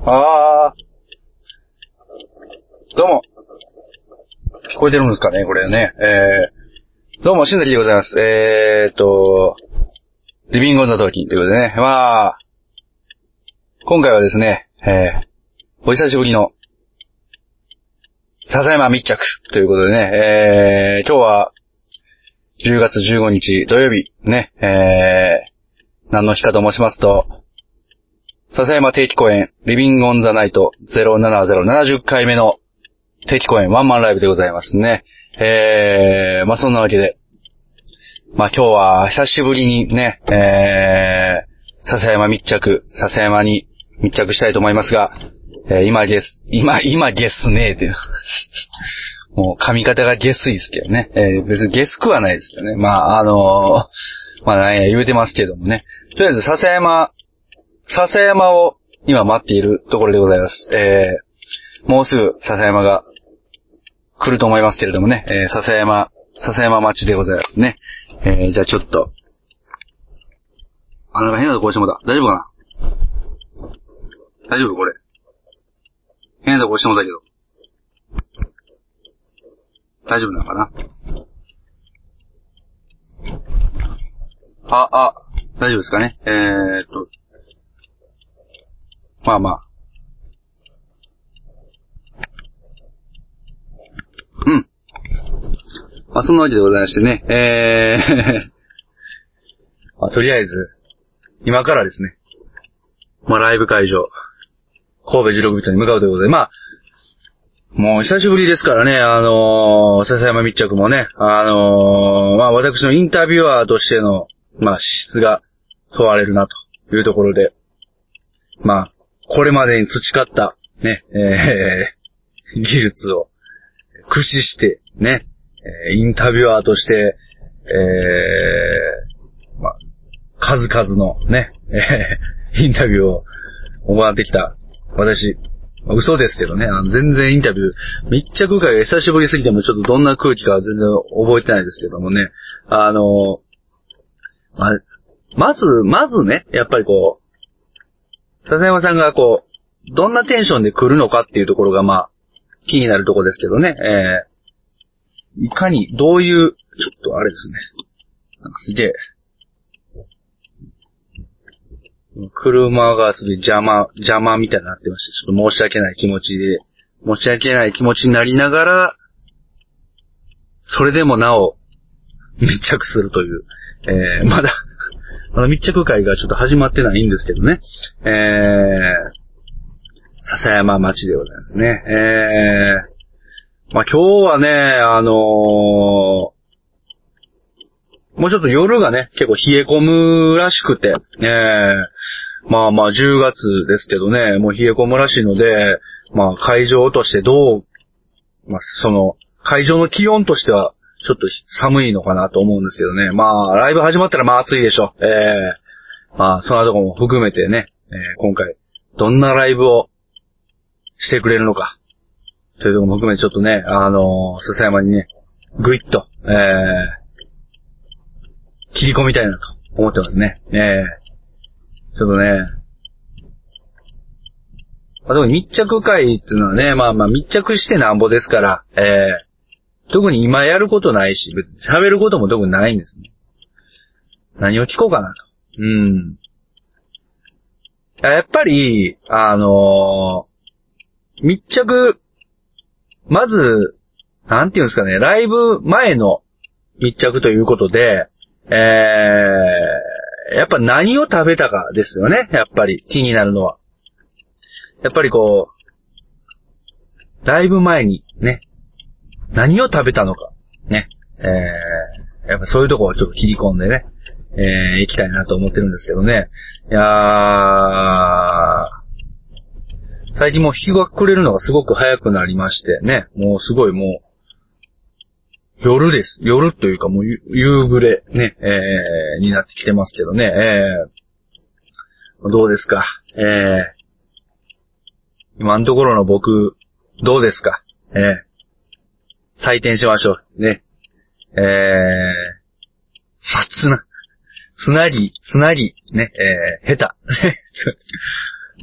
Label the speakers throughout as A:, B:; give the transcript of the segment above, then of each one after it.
A: あー。どうも。聞こえてるんですかね、これね。えー、どうも、しんざきでございます。えーっと、リビングオンザトーキンということでね。まあ、今回はですね、えー、お久しぶりの、笹山密着ということでね、えー、今日は、10月15日土曜日、ね、えー、何の日かと申しますと、笹山定期公演、リビングオンザナイト07070回目の定期公演ワンマンライブでございますね。えー、まあ、そんなわけで。まあ、今日は久しぶりにね、えー、笹山密着、笹山に密着したいと思いますが、えー、今ゲス、今、今ゲスねえって。もう髪型がゲスいですけどね。えー、別にゲスくはないですよね。まあ、あのーまあ、なんや言うてますけどもね。とりあえず笹山笹山を今待っているところでございます。えー、もうすぐ笹山が来ると思いますけれどもね、えー、笹山、笹山町でございますね。えー、じゃあちょっと。あ、なんか変なとこ押してもうた。大丈夫かな大丈夫これ。変なとこ押してもうたけど。大丈夫なのかなあ、あ、大丈夫ですかねえーっと、まあまあ。うん。まあ、そんなわけでございましてね。えー まあ、とりあえず、今からですね。まあ、ライブ会場、神戸16ビットに向かうということで、まあ、もう久しぶりですからね、あのー、笹山密着もね、あのー、まあ私のインタビュアーとしての、まあ資質が問われるなというところで、まあ、これまでに培った、ね、えー 技術を駆使して、ね、えーインタビュアーとして、えーまあ、数々のね、えーインタビューを行ってきた、私、まあ嘘ですけどね、あの全然インタビュー、密着会が久しぶりすぎてもちょっとどんな空気かは全然覚えてないですけどもね、あのーまあまず、まずね、やっぱりこう、笹山さんがこう、どんなテンションで来るのかっていうところがまあ、気になるところですけどね。えー、いかに、どういう、ちょっとあれですね。なんかすげえ。車がすごい邪魔、邪魔みたいになってまして、ちょっと申し訳ない気持ちで、申し訳ない気持ちになりながら、それでもなお、密着するという、えー、まだ、まだ密着会がちょっと始まってないんですけどね。えー、笹山町でございますね。えー、まあ今日はね、あのーもうちょっと夜がね、結構冷え込むらしくて、えー、まあまあ10月ですけどね、もう冷え込むらしいので、まあ会場としてどう、まあその、会場の気温としては、ちょっと寒いのかなと思うんですけどね。まあ、ライブ始まったらまあ暑いでしょう。ええまあ、そのとこも含めてね、えー今回、どんなライブをしてくれるのか、というとこも含めてちょっとね、あのー、笹山にね、ぐいっと、えー、切り込みたいなと思ってますね。ええちょっとね、まあ、でも密着会っていうのはね、まあまあ密着してなんぼですから、ええ特に今やることないし、別に喋ることも特にないんですね。何を聞こうかなと。うん。あやっぱり、あのー密着、まず、なんていうんですかね、ライブ前の密着ということで、ええやっぱ何を食べたかですよね、やっぱり気になるのは。やっぱりこう、ライブ前にね、何を食べたのか、ね、えー、やっぱそういうとこをちょっと切り込んでね、えー、行きたいなと思ってるんですけどね。いやー、最近もう日が暮れるのがすごく早くなりましてね、もうすごいもう、夜です。夜というかもう夕夕暮れね、えー、になってきてますけどね、えー、どうですか、えー、今のところの僕、どうですかええ採点しましょう。ね。ええまあ、つな、つなぎ、つなぎ、ね、ええ下手。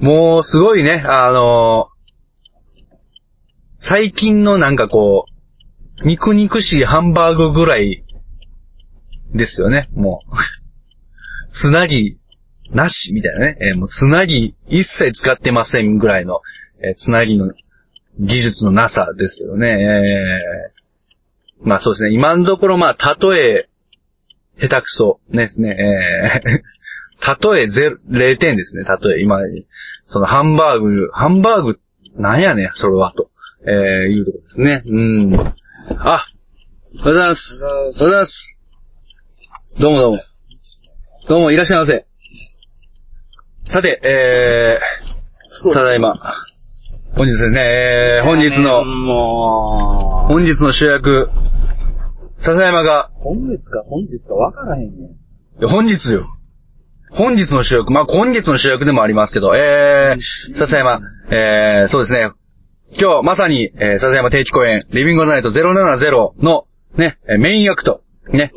A: もうすごいね、あのー最近のなんかこう、肉肉しいハンバーグぐらいですよね、もう。 つなぎなしみたいなね、えーもうつなぎ一切使ってませんぐらいの、えーつなぎの技術のなさですよね。えーまあそうですね、今のところまあ、たとえ、下手くそですね、えー たとえゼロ0点ですね。たとえ今、そのハンバーグ、ハンバーグ、なんやねん、それは、と、えー、いうとこですね。うん。あ、おはようございます。おはようございます。どうもどうも。どうも、いらっしゃいませ。さて、えー、ただいま、本日ですね、えー、本日の、
B: もう、
A: 本日の主役、笹山が、
B: 今月か本日か分からへんねん。
A: いや本日よ。本日の主役、まあ、今月の主役でもありますけど、えー、笹山、えー、そうですね。今日まさに、えー、笹山定期公演、リビングオンナイト070の、ね、えーメイン役と、ね。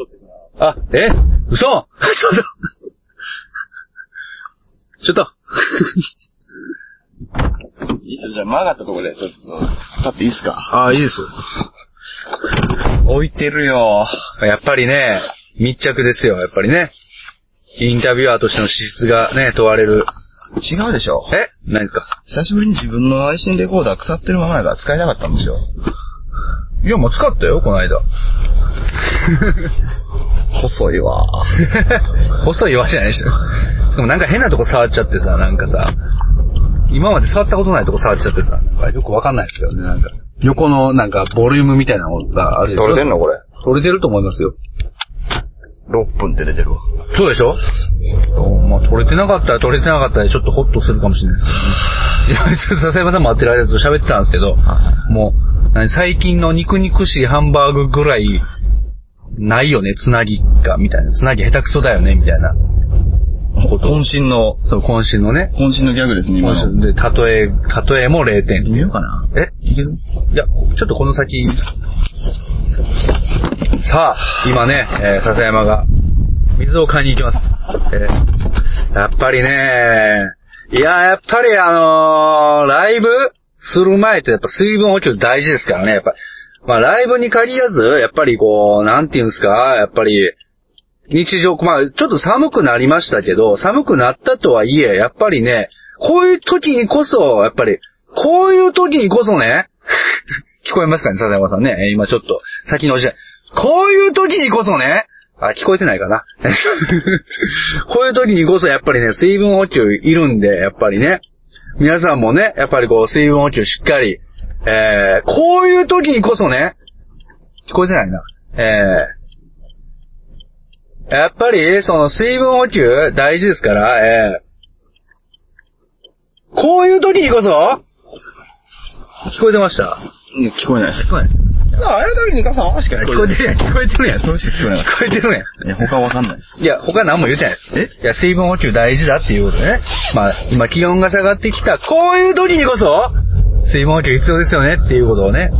A: あ、え嘘ちょっと ちょっと
B: いいっすよじゃあ曲がったとこで、ちょっと、立っていいっすか
A: ああ、いいですよ。置いてるよ。やっぱりね、密着ですよ、やっぱりね。インタビュアーとしての資質がね、問われる。
B: 違うでしょ
A: え何ですか
B: 久しぶりに自分の配信レコーダー腐ってるままやから使えなかったんですよ。
A: いや、もう使ったよ、この 間。
B: 細いわ。
A: 細い岩じゃないでしょ。でもなんか変なとこ触っちゃってさ、なんかさ、今まで触ったことないとこ触っちゃってさ、なんかよくわかんないですよね、なんか。横のなんかボリュームみたいなのがあるでしょ
B: 取れてんのこれ。
A: 取れてると思いますよ。
B: 6分って出てるわ。
A: そうでしょまあ、取れてなかったら取れてなかったらちょっとホッとするかもしれないです けどね。いや、笹山さん待ってる間ずっと喋ってたんですけど、もう、何最近の肉肉しいハンバーグぐらい、ないよね、つなぎが、みたいな。つなぎ下手くそだよね、みたいな。
B: 渾身の、
A: そう、今週のね。
B: 渾身のギャグですね、今
A: 今
B: の。
A: 週で、たとえ、たとえも0点。
B: 見ようかな。
A: え
B: いける
A: いや、ちょっとこの先。さあ、今ね、えー笹山が、水を買いに行きます。えーやっぱりね、いや、やっぱりあのーライブする前ってやっぱ水分補給大事ですからね、やっぱ。まあ、ライブに限らず、やっぱりこう、なんていうんですか、やっぱり、日常、まあ、ちょっと寒くなりましたけど、寒くなったとはいえ、やっぱりね、こういう時にこそ、やっぱり、こういう時にこそね、 聞こえますかね、笹山さんね。えー今ちょっと、先におっしゃこういう時にこそね、あ、聞こえてないか な。こういう時にこそ、やっぱりね、水分補給いるんで、やっぱりね、皆さんもね、やっぱりこう、水分補給しっかり、えー、こういう時にこそね、聞こえてないな。えー、やっぱり、その水分補給大事ですから、えー、こういう時にこそ、聞こえてました
B: いや、聞こえないです。
A: そうです。
B: さあ、あれだけにかさんし
A: 聞こえてるやん、聞こえてるやん、
B: それしか聞こえない
A: 聞こえてるやん。
B: いや、他わかんないです。
A: いや、他何も言うてないです。えいや、水分補給大事だっていうことでね。まあ、今気温が下がってきた、こういう時にこそ、水分補給必要ですよねっていうことをね、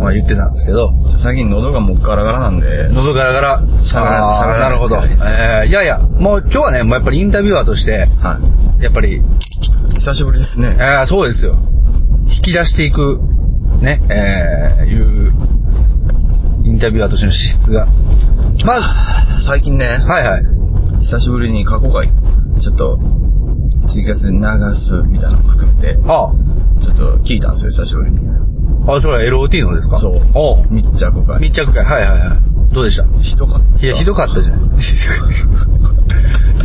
A: まあ言ってたんですけど。
B: 最近喉がもうガラガラなんで、
A: 喉ガラガラ。
B: しゃべらない
A: あーなるほど。
B: しゃべ
A: えー、いやいや、もう今日はね、もうやっぱりインタビュアーとして、
B: は
A: やっぱり、
B: い。久しぶりですね。
A: えー、そうですよ。引き出していく、ね、えー、いう、インタビュアーとしての資質が。まあ、
B: 最近ね、
A: はいはい。
B: 久しぶりに過去回、ちょっと、ツイキャスで流すみたいなのも含めて、
A: あ
B: ちょっと聞いたんですよ、久しぶりに。
A: あ、あ、それは LOT のですか
B: そう
A: おう
B: 密着回。
A: 密着会、はいはいはい。どうでした
B: ひどかった。
A: いや、ひどかったじゃ ない。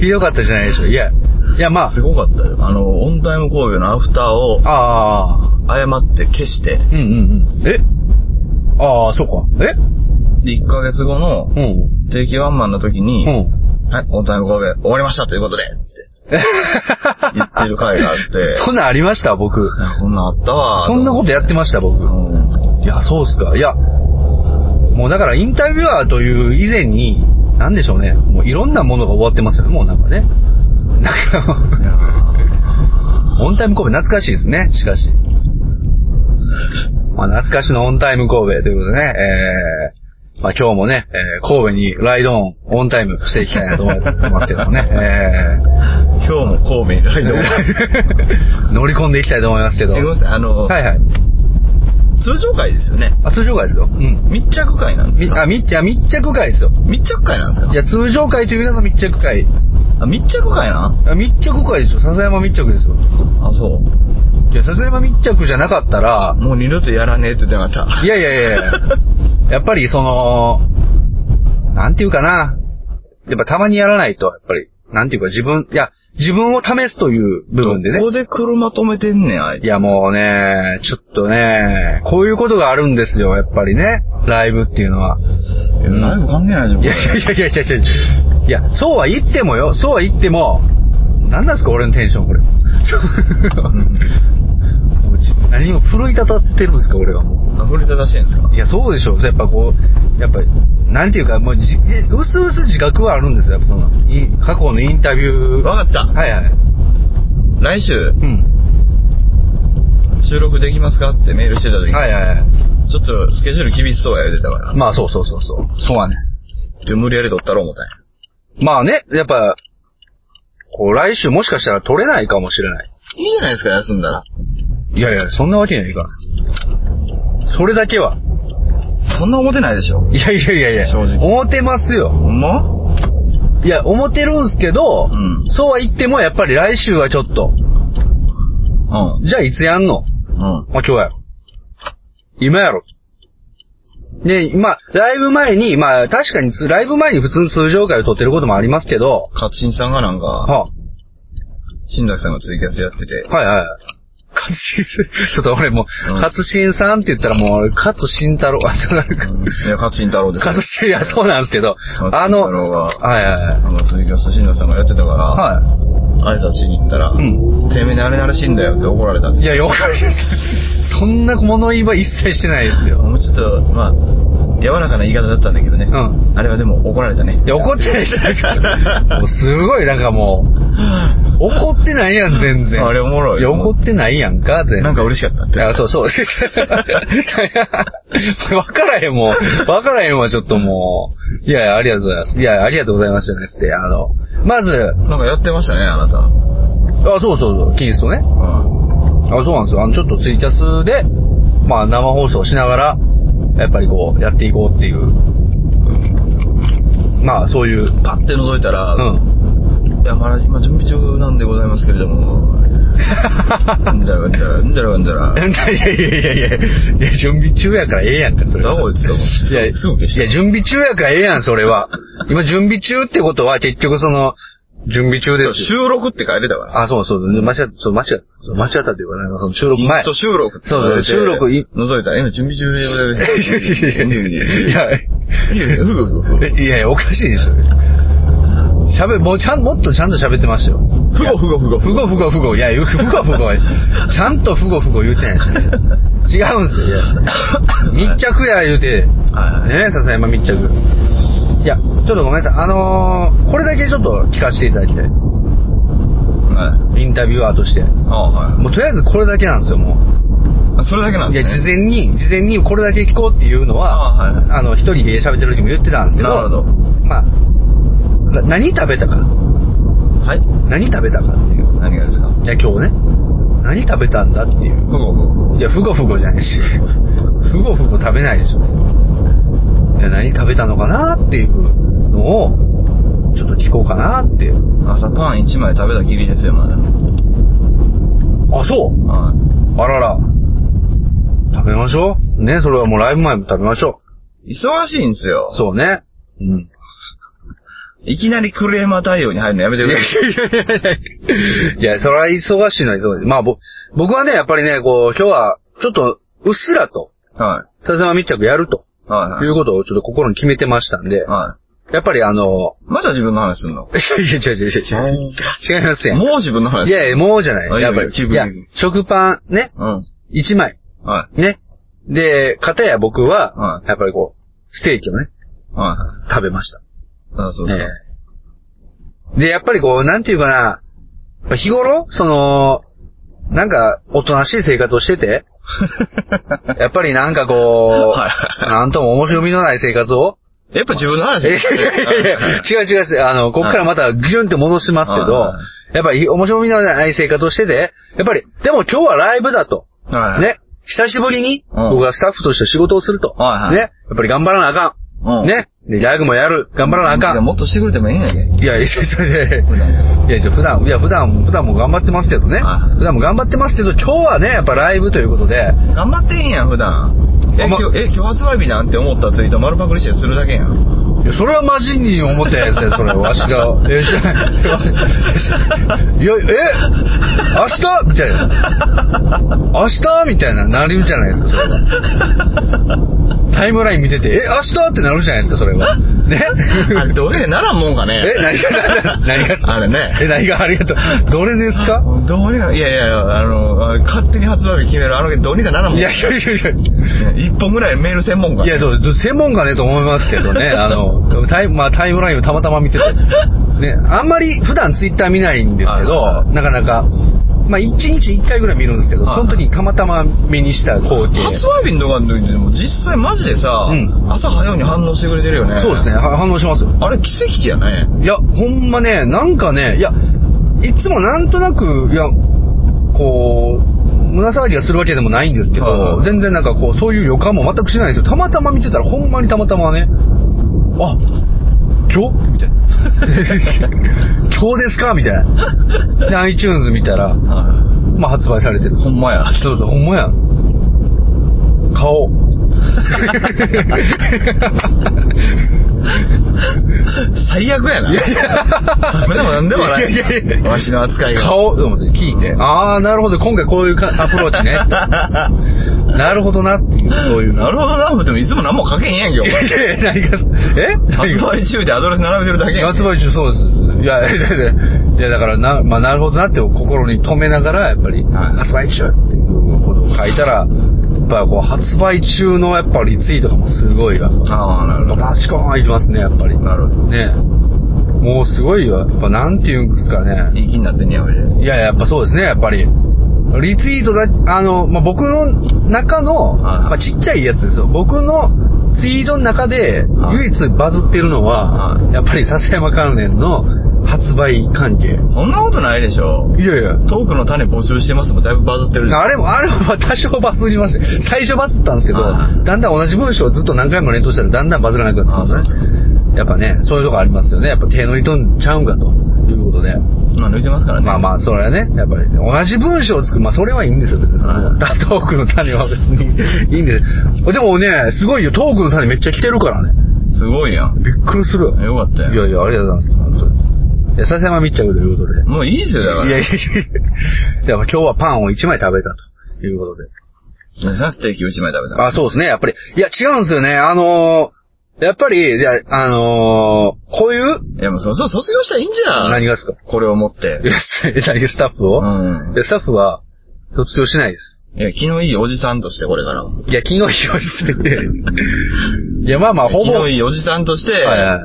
A: ひどかったじゃないでしょ。いや、いや、まあ
B: す、ごかったよ。あの、オンタイム工業のアフターを
A: ああ、
B: 誤って消して、
A: うんうんうん。えああ、そうか。え
B: で、1ヶ月後の
A: うん。
B: 定期ワンマンの時に、
A: うん。
B: はい、オンタイム工業終わりましたということで、って言ってる回があって、
A: そんなんありました僕。
B: あこんなんあったわ。
A: そんなことやってました僕。
B: うん
A: いや、そうっすか。いや、もうだからインタビュアーという以前に、なんでしょうね。もういろんなものが終わってますよね、もうなんかね。なんか、オンタイム神戸懐かしいですね、しかし。まあ、懐かしのオンタイム神戸ということでね、えー、まあ今日もね、えー神戸にライドオン、オンタイムしていきたいなと思ってますけどもね、えー、
B: 今日も神戸に偉いと思 い
A: 乗り込んでいきたいと思いますけど。
B: え、ごめんなさい、あの、
A: はいはい。
B: 通常会ですよね。
A: あ、通常会ですよ。うん。
B: 密着会なんです
A: み、
B: か
A: あ、密、いや密着会ですよ。
B: 密着会なんですか
A: いや、通常会という名の密着会。
B: あ、密着会な
A: あ密着会ですよ。笹山密着ですよ。
B: あ、そう。
A: いや、笹山密着じゃなかったら、
B: もう二度とやらねえって言ってなかった。
A: いやいや いやいややっぱりその、なんていうかな。やっぱたまにやらないと、やっぱり、なんていうか自分、いや、自分を試すという部分でね
B: こ。こで車止めてんねん、あいつ。
A: いやもうね、ちょっとね、こういうことがあるんですよ、やっぱりね。ライブっていうのは。
B: いや、ライブ関係ないじゃん、こ
A: い
B: れ
A: やいやいやいやいやいやいや、そうは言ってもよ、そうは言っても、なんなんすか俺のテンション、これ。
B: うん
A: もう自何も奮い立たせてるんですか、俺はも
B: あ、振り正しいんですか
A: う。いや、そうでしょ。やっぱこう、やっぱ、なんていうか、もうじ、うすうす自覚はあるんですよ、やっぱその、い過去のインタビュー。は
B: わかった。
A: いはい。
B: 来週、
A: うん。
B: 収録できますかってメールしてた時、
A: はいはいはい。
B: ちょっとスケジュール厳しそうや言うてたから。
A: まあ、そうそうそうそう。そうはね。
B: で、無理やり撮ったろ思ったんや。
A: まあね、やっぱ、こう、来週もしかしたら取れないかもしれない。
B: いいじゃないですか、休んだら。
A: いやいや、そんなわけにはいかない。それだけは。
B: そんな思ってないでしょ。
A: いやいやいやいや、
B: 正直
A: 思ってますよ。
B: ほんま
A: いや、思ってるんすけど、
B: うん
A: そうは言っても、やっぱり来週はちょっと。
B: うん。
A: じゃあいつやんの
B: うん。
A: まあ、今日やろ。今やろ。で、まあ、ライブ前に、まあ、確かにつ、ライブ前に普通に通常会を撮ってることもありますけど、
B: 勝新さんがなんか、
A: は
B: 新崎さんがツイキャスやってて
A: あ、、はいはいはい。勝新さん、ちょっと俺もう、
B: うん
A: 勝新さんって言ったらもう俺、勝新太郎、あ、なんか、
B: うんいや、勝新太郎ですよ
A: 勝。新、いや、そうなんですけど、
B: 勝
A: あ
B: 新
A: の、
B: 太郎が、
A: はいはいはい。
B: なんかツイキャス新崎さんがやってたから、
A: は
B: 挨拶しに行ったら、
A: うん
B: てめえにあれならしいんだよって怒られたん
A: い。
B: で
A: いや、よかったです。 そんな物言いは一切してないですよ。
B: もうちょっと、まあ、柔らかな言い方だったんだけどね。
A: うん。
B: あれはでも怒られたね
A: い。や、怒ってないじゃないですか。もうすごい、なんかもう、怒ってないやん、全然。
B: あれおもろい
A: いや、怒ってないやんか、全然。
B: なんか嬉しかったっ
A: い
B: て。
A: や、そうそう。 わからへんもう。わからへんわ、ちょっともう。いやいや、ありがとうございます。いや、ありがとうございますじゃなくて、あの、まず、
B: なんかやってましたね、あなた。
A: あ、そうそうそう、キリストね。
B: うん。
A: あ、そうなんですよ。あの、ちょっとツイキャスで、まあ、生放送しながら、やっぱりこう、やっていこうっていう。まあ、そういう。 う
B: パッて覗いたら、
A: ん。
B: いや、まだ今準備中なんでございますけれども、うんだらうんだら、うんだらうんだら、
A: いやいやいやいやいや、いや準備中やからええやんか、それは。
B: だこいつと思って
A: いや、
B: すぐ消し
A: い
B: た
A: や、準備中やからええやん、それは。今、準備中ってことは、結局その、準備中で
B: そう
A: すよ。
B: 収録って書いてたから。
A: あ、そうそう、間違った、そう間違った、そう間違ったというか、なんかその収録前。
B: そう収録って書いて
A: そうそう収録い
B: 覗いたら、今準 備中でございます。
A: いや、いや、
B: いやいやふぐふぐふぐ。
A: いやいや、おかしいでしょ。喋、もうちゃん、もっとちゃんと喋ってましたよ。
B: ふごふごふご。
A: ふごふごふご、いや、ふごふご、ちゃんとふごふご言うてないし、違うんすよいや。密着や言うて、
B: はい
A: ね笹山密着。いや、ちょっとごめんなさい。あのー、これだけちょっと聞かせていただきたい。
B: はい。
A: インタビュアーとして。
B: ああ、はい。
A: もうとりあえずこれだけなんですよ、も
B: あそれだけ
A: う。
B: なん
A: い
B: で
A: や、
B: すね。
A: 事前に、事前にこれだけ聞こうっていうのは、
B: あはいはい
A: あの、一人で喋ってる時も言ってたんですけど、
B: なるほど
A: まあ、な何食べたか、
B: はい。
A: 何食べたかっていう。
B: 何がですか
A: いや、今日ね、何食べたんだっていう。
B: ふごふご。
A: いや、ふごふごじゃ ないし。ふごふご食べないでしょ。いや、何食べたのかなっていうのを、ちょっと聞こうかなっていう。
B: 朝パン1枚食べたきりですよ、まだ。
A: あ、そう
B: はい。
A: あらら。食べましょう。ね、それはもうライブ前も食べましょ
B: 忙しいんですよ
A: う。。そうね。うん。
B: いきなりクレーマー対応に入るのやめて
A: い
B: く
A: や
B: だ
A: い
B: さい。
A: やいやいやいや、それは忙しいのは忙しい。まあ、ぼ、僕はね、やっぱりね、こう、今日は、ちょっと、うっすらと、
B: は
A: 笹山密着やると、
B: い。はいはいい。
A: うことをちょっと心に決めてましたんで、
B: は
A: やっぱりあの、
B: い。まだ自分の話すん の
A: いやいや、違う違う違う違う。違いますやん。
B: もう自分の話
A: いやいや、もうじゃな
B: あ
A: い。
B: いい
A: や
B: よ
A: っぱり。
B: いいよ
A: いや
B: いいよ、
A: 食パンね、
B: うん。
A: 1枚、
B: は
A: ね。で、片や僕は
B: は、い
A: やっぱりこう、ステーキをね、
B: い。はい。
A: 食べました。
B: あそうそう。
A: ええで、やっぱりこう、なんていうかな、やっぱ日頃、その、なんか、おとなしい生活をしてて、 やっぱりなんかこ、
B: はいう
A: なんとも面白みのない生活を、
B: やっぱ自分の話
A: いやいやいや違う違う違う。あの、こっからまたギュンって戻しますけど
B: は、
A: やっぱり面白みのない生活をしてて、やっぱり、でも今日はライブだと。
B: はい。。
A: ね。久しぶりに、
B: うん
A: 僕がスタッフとして仕事をすると。
B: はいはい
A: ね。やっぱり頑張らなあか
B: うん
A: ん。。ね。でライブもやる。頑張らなあか
B: いや
A: ん。
B: もっとしてくれてもいいんやで。
A: いや、いやいやいやいや
B: 普段はい
A: や、じゃあ普段、いや、普段、普段も頑張ってますけどね。
B: はい
A: 普段も頑張ってますけど、今日はね、やっぱライブということで、
B: 頑張ってんやん、普段。え、
A: あんま
B: 今日、え、今日発売日なんて思ったツイート丸パクリしてするだけや ん。
A: いや、それはマジに思ったやつや、それ。わしが。え、知らない。いや、え明日みたいな。明日みたいな、なるじゃないですか、それは。タイムライン見てて、え、明日ってなるじゃないですか、それは。ね
B: あれ、どれならんもんかね。
A: え、何が、何が、
B: あれね
A: え、何がありがとう。どれですか
B: どうや、いやいや、あの、あ勝手に発売日決める、あの、どうにかならんもん。
A: いやいやいやいや。
B: ね一本ぐらいメール専門家。
A: いや、そう、専門家ねと思いますけど ね、あの、タイまあ、タイムラインをたまたま見てて、ね、あんまり普段ツイッター見ないんですけ
B: は
A: ど、なかなか、まあ、1日1回ぐらい見るんですけど、
B: はい
A: その時にたまたま目にした光景。
B: 発売日のとかの時でも実際マジでさ、
A: うん
B: 朝早うに反応してくれてるよね。
A: そうですね、。は反応しますよ。
B: あれ奇跡やね。
A: いや、ほんまね、なんかね、いや、いつもなんとなく、いや、こう、胸騒ぎがするわけでもないんですけ
B: はいはい
A: ど
B: は、い
A: 全然なんかこう、そういう予感も全くしないんですよ。たまたま見てたら、ほんまにたまたまね、あ、今日みたい な。今日ですかみたいな。で、iTunes 見たら、まあ発売されてる。
B: ほんまや。
A: そうそう、ほんまや。 顔。
B: 最悪やな。いやいや。でもなんでもない。
A: いやいやいや
B: わしの扱いが。
A: 顔と思って聞いて、あー、なるほど、今回こういうかアプロー チね。なるほどなっていう、そういう。
B: なるほどな、思ってもいつも何も書けへんやんけ、お
A: い
B: 前。
A: やいや、何が、え
B: 発
A: 何が
B: 売中でアドレス並べてるだけやんけ。
A: 発売中そうです。いや、いや、いやいや、いやだからな、まあ、なるほどなって心に留めながら、やっぱり、
B: はい
A: 発売中っていうことを書いたら、やっぱこう、発売中のやっぱリツイートがもうすごいわ。
B: ああ、なるほど。
A: バチコーンいきますね、やっぱり。ね
B: なるほど。
A: もうすごいよ。やっぱ、なんていうんですかね。
B: いい気になってんねや、俺。
A: いや、やっぱそうですね、やっぱり。リツイートだ、あの、まあ、僕の中の、
B: はい
A: まあ、ちっちゃいやつですよ。僕のツイートの中で
B: はい
A: 唯一バズってるのは、
B: は
A: やっぱり笹山関連の発売関係。
B: そんなことないでしょ。
A: いやいや。
B: トークの種募集してますもん、だいぶバズってる。
A: あれも、あれもまあ多少バズりました。最初バズったんですけど、
B: は
A: だんだん同じ文章をずっと何回も連投したらだんだんバズらなくなったんです
B: あそう
A: ね。やっぱね、そういうとこありますよね。やっぱ手抜いとんちゃうんかということで。
B: まあ、抜いてますからね。
A: まあまあ、それはね、やっぱり、同じ文章を作る。まあ、それはいいんですよ、別に。そ
B: はい
A: の、だトークの種は別にいいんです。でもね、すごいよ、トークの種めっちゃ来てるからね。
B: すごいやん。
A: びっくりするよ。
B: よかったやん。
A: いやいや、ありがとうございます、本当に。いや、笹山みっちゃんということで。
B: もういいですよ、だから。
A: いやいやいや、やっぱ今日はパンを1枚食べたということで。
B: や。ステーキ1枚食べた。
A: あ、そうですね、やっぱり。いや、違うんですよね、あのー、やっぱり、じゃあ、あのー、こういう、
B: いや、もうそ、そ、卒業したらいいんじゃん。
A: 何がですか
B: これを持って
A: い。やス何がスタッフ
B: う
A: を、
B: ん
A: い。やスタッフは、卒業しないです。
B: いや、気のいいおじさんとして、これからは。
A: いや、昨日用意してくれる。いや、まあまあ、ほぼ。
B: 気のいいおじさんとして、
A: はいは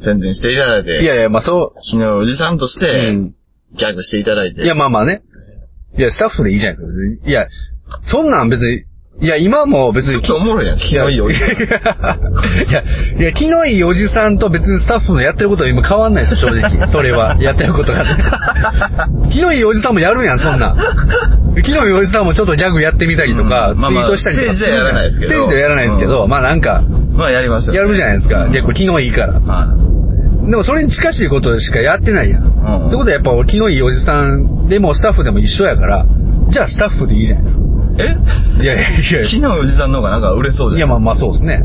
B: 宣伝していただいて。
A: いいやいや、まあそ
B: 気のいいおじさんとし
A: う。
B: て、
A: うん。
B: ギャグしていただいて。
A: いや、まあまあね。いや、スタッフでいいじゃないですか。いや、そんなん別に、いや、今も別
B: ちょ
A: に。
B: っとおもろいやん、気のいいおじさん。
A: いや、いや、気のいいおじさんと別にスタッフのやってることは今変わんないですよ、正 直。それは。やってることが。気のいいおじさんもやるやん、そんなん。気のいいおじさんもちょっとギャグやってみたりとか、
B: うんまあ
A: ツイ
B: まあ
A: ートしたりとか。
B: ステージではやらないですけど
A: ステージではやらないですけど、
B: う
A: まあなんか、
B: まあ、やりますよ。
A: やるじゃないですか。結構気のいいから。
B: はい。
A: でもそれに近しいことしかやってないやん。
B: ん
A: ってことはやっぱ俺気のいいおじさんでもスタッフでも一緒やから、じゃあスタッフでいいじゃないですか。
B: え
A: いやいやいやい
B: 気のいいおじさんの方がなんか売れそう
A: や。い
B: じゃ
A: や
B: ん。
A: まあまあそうですね。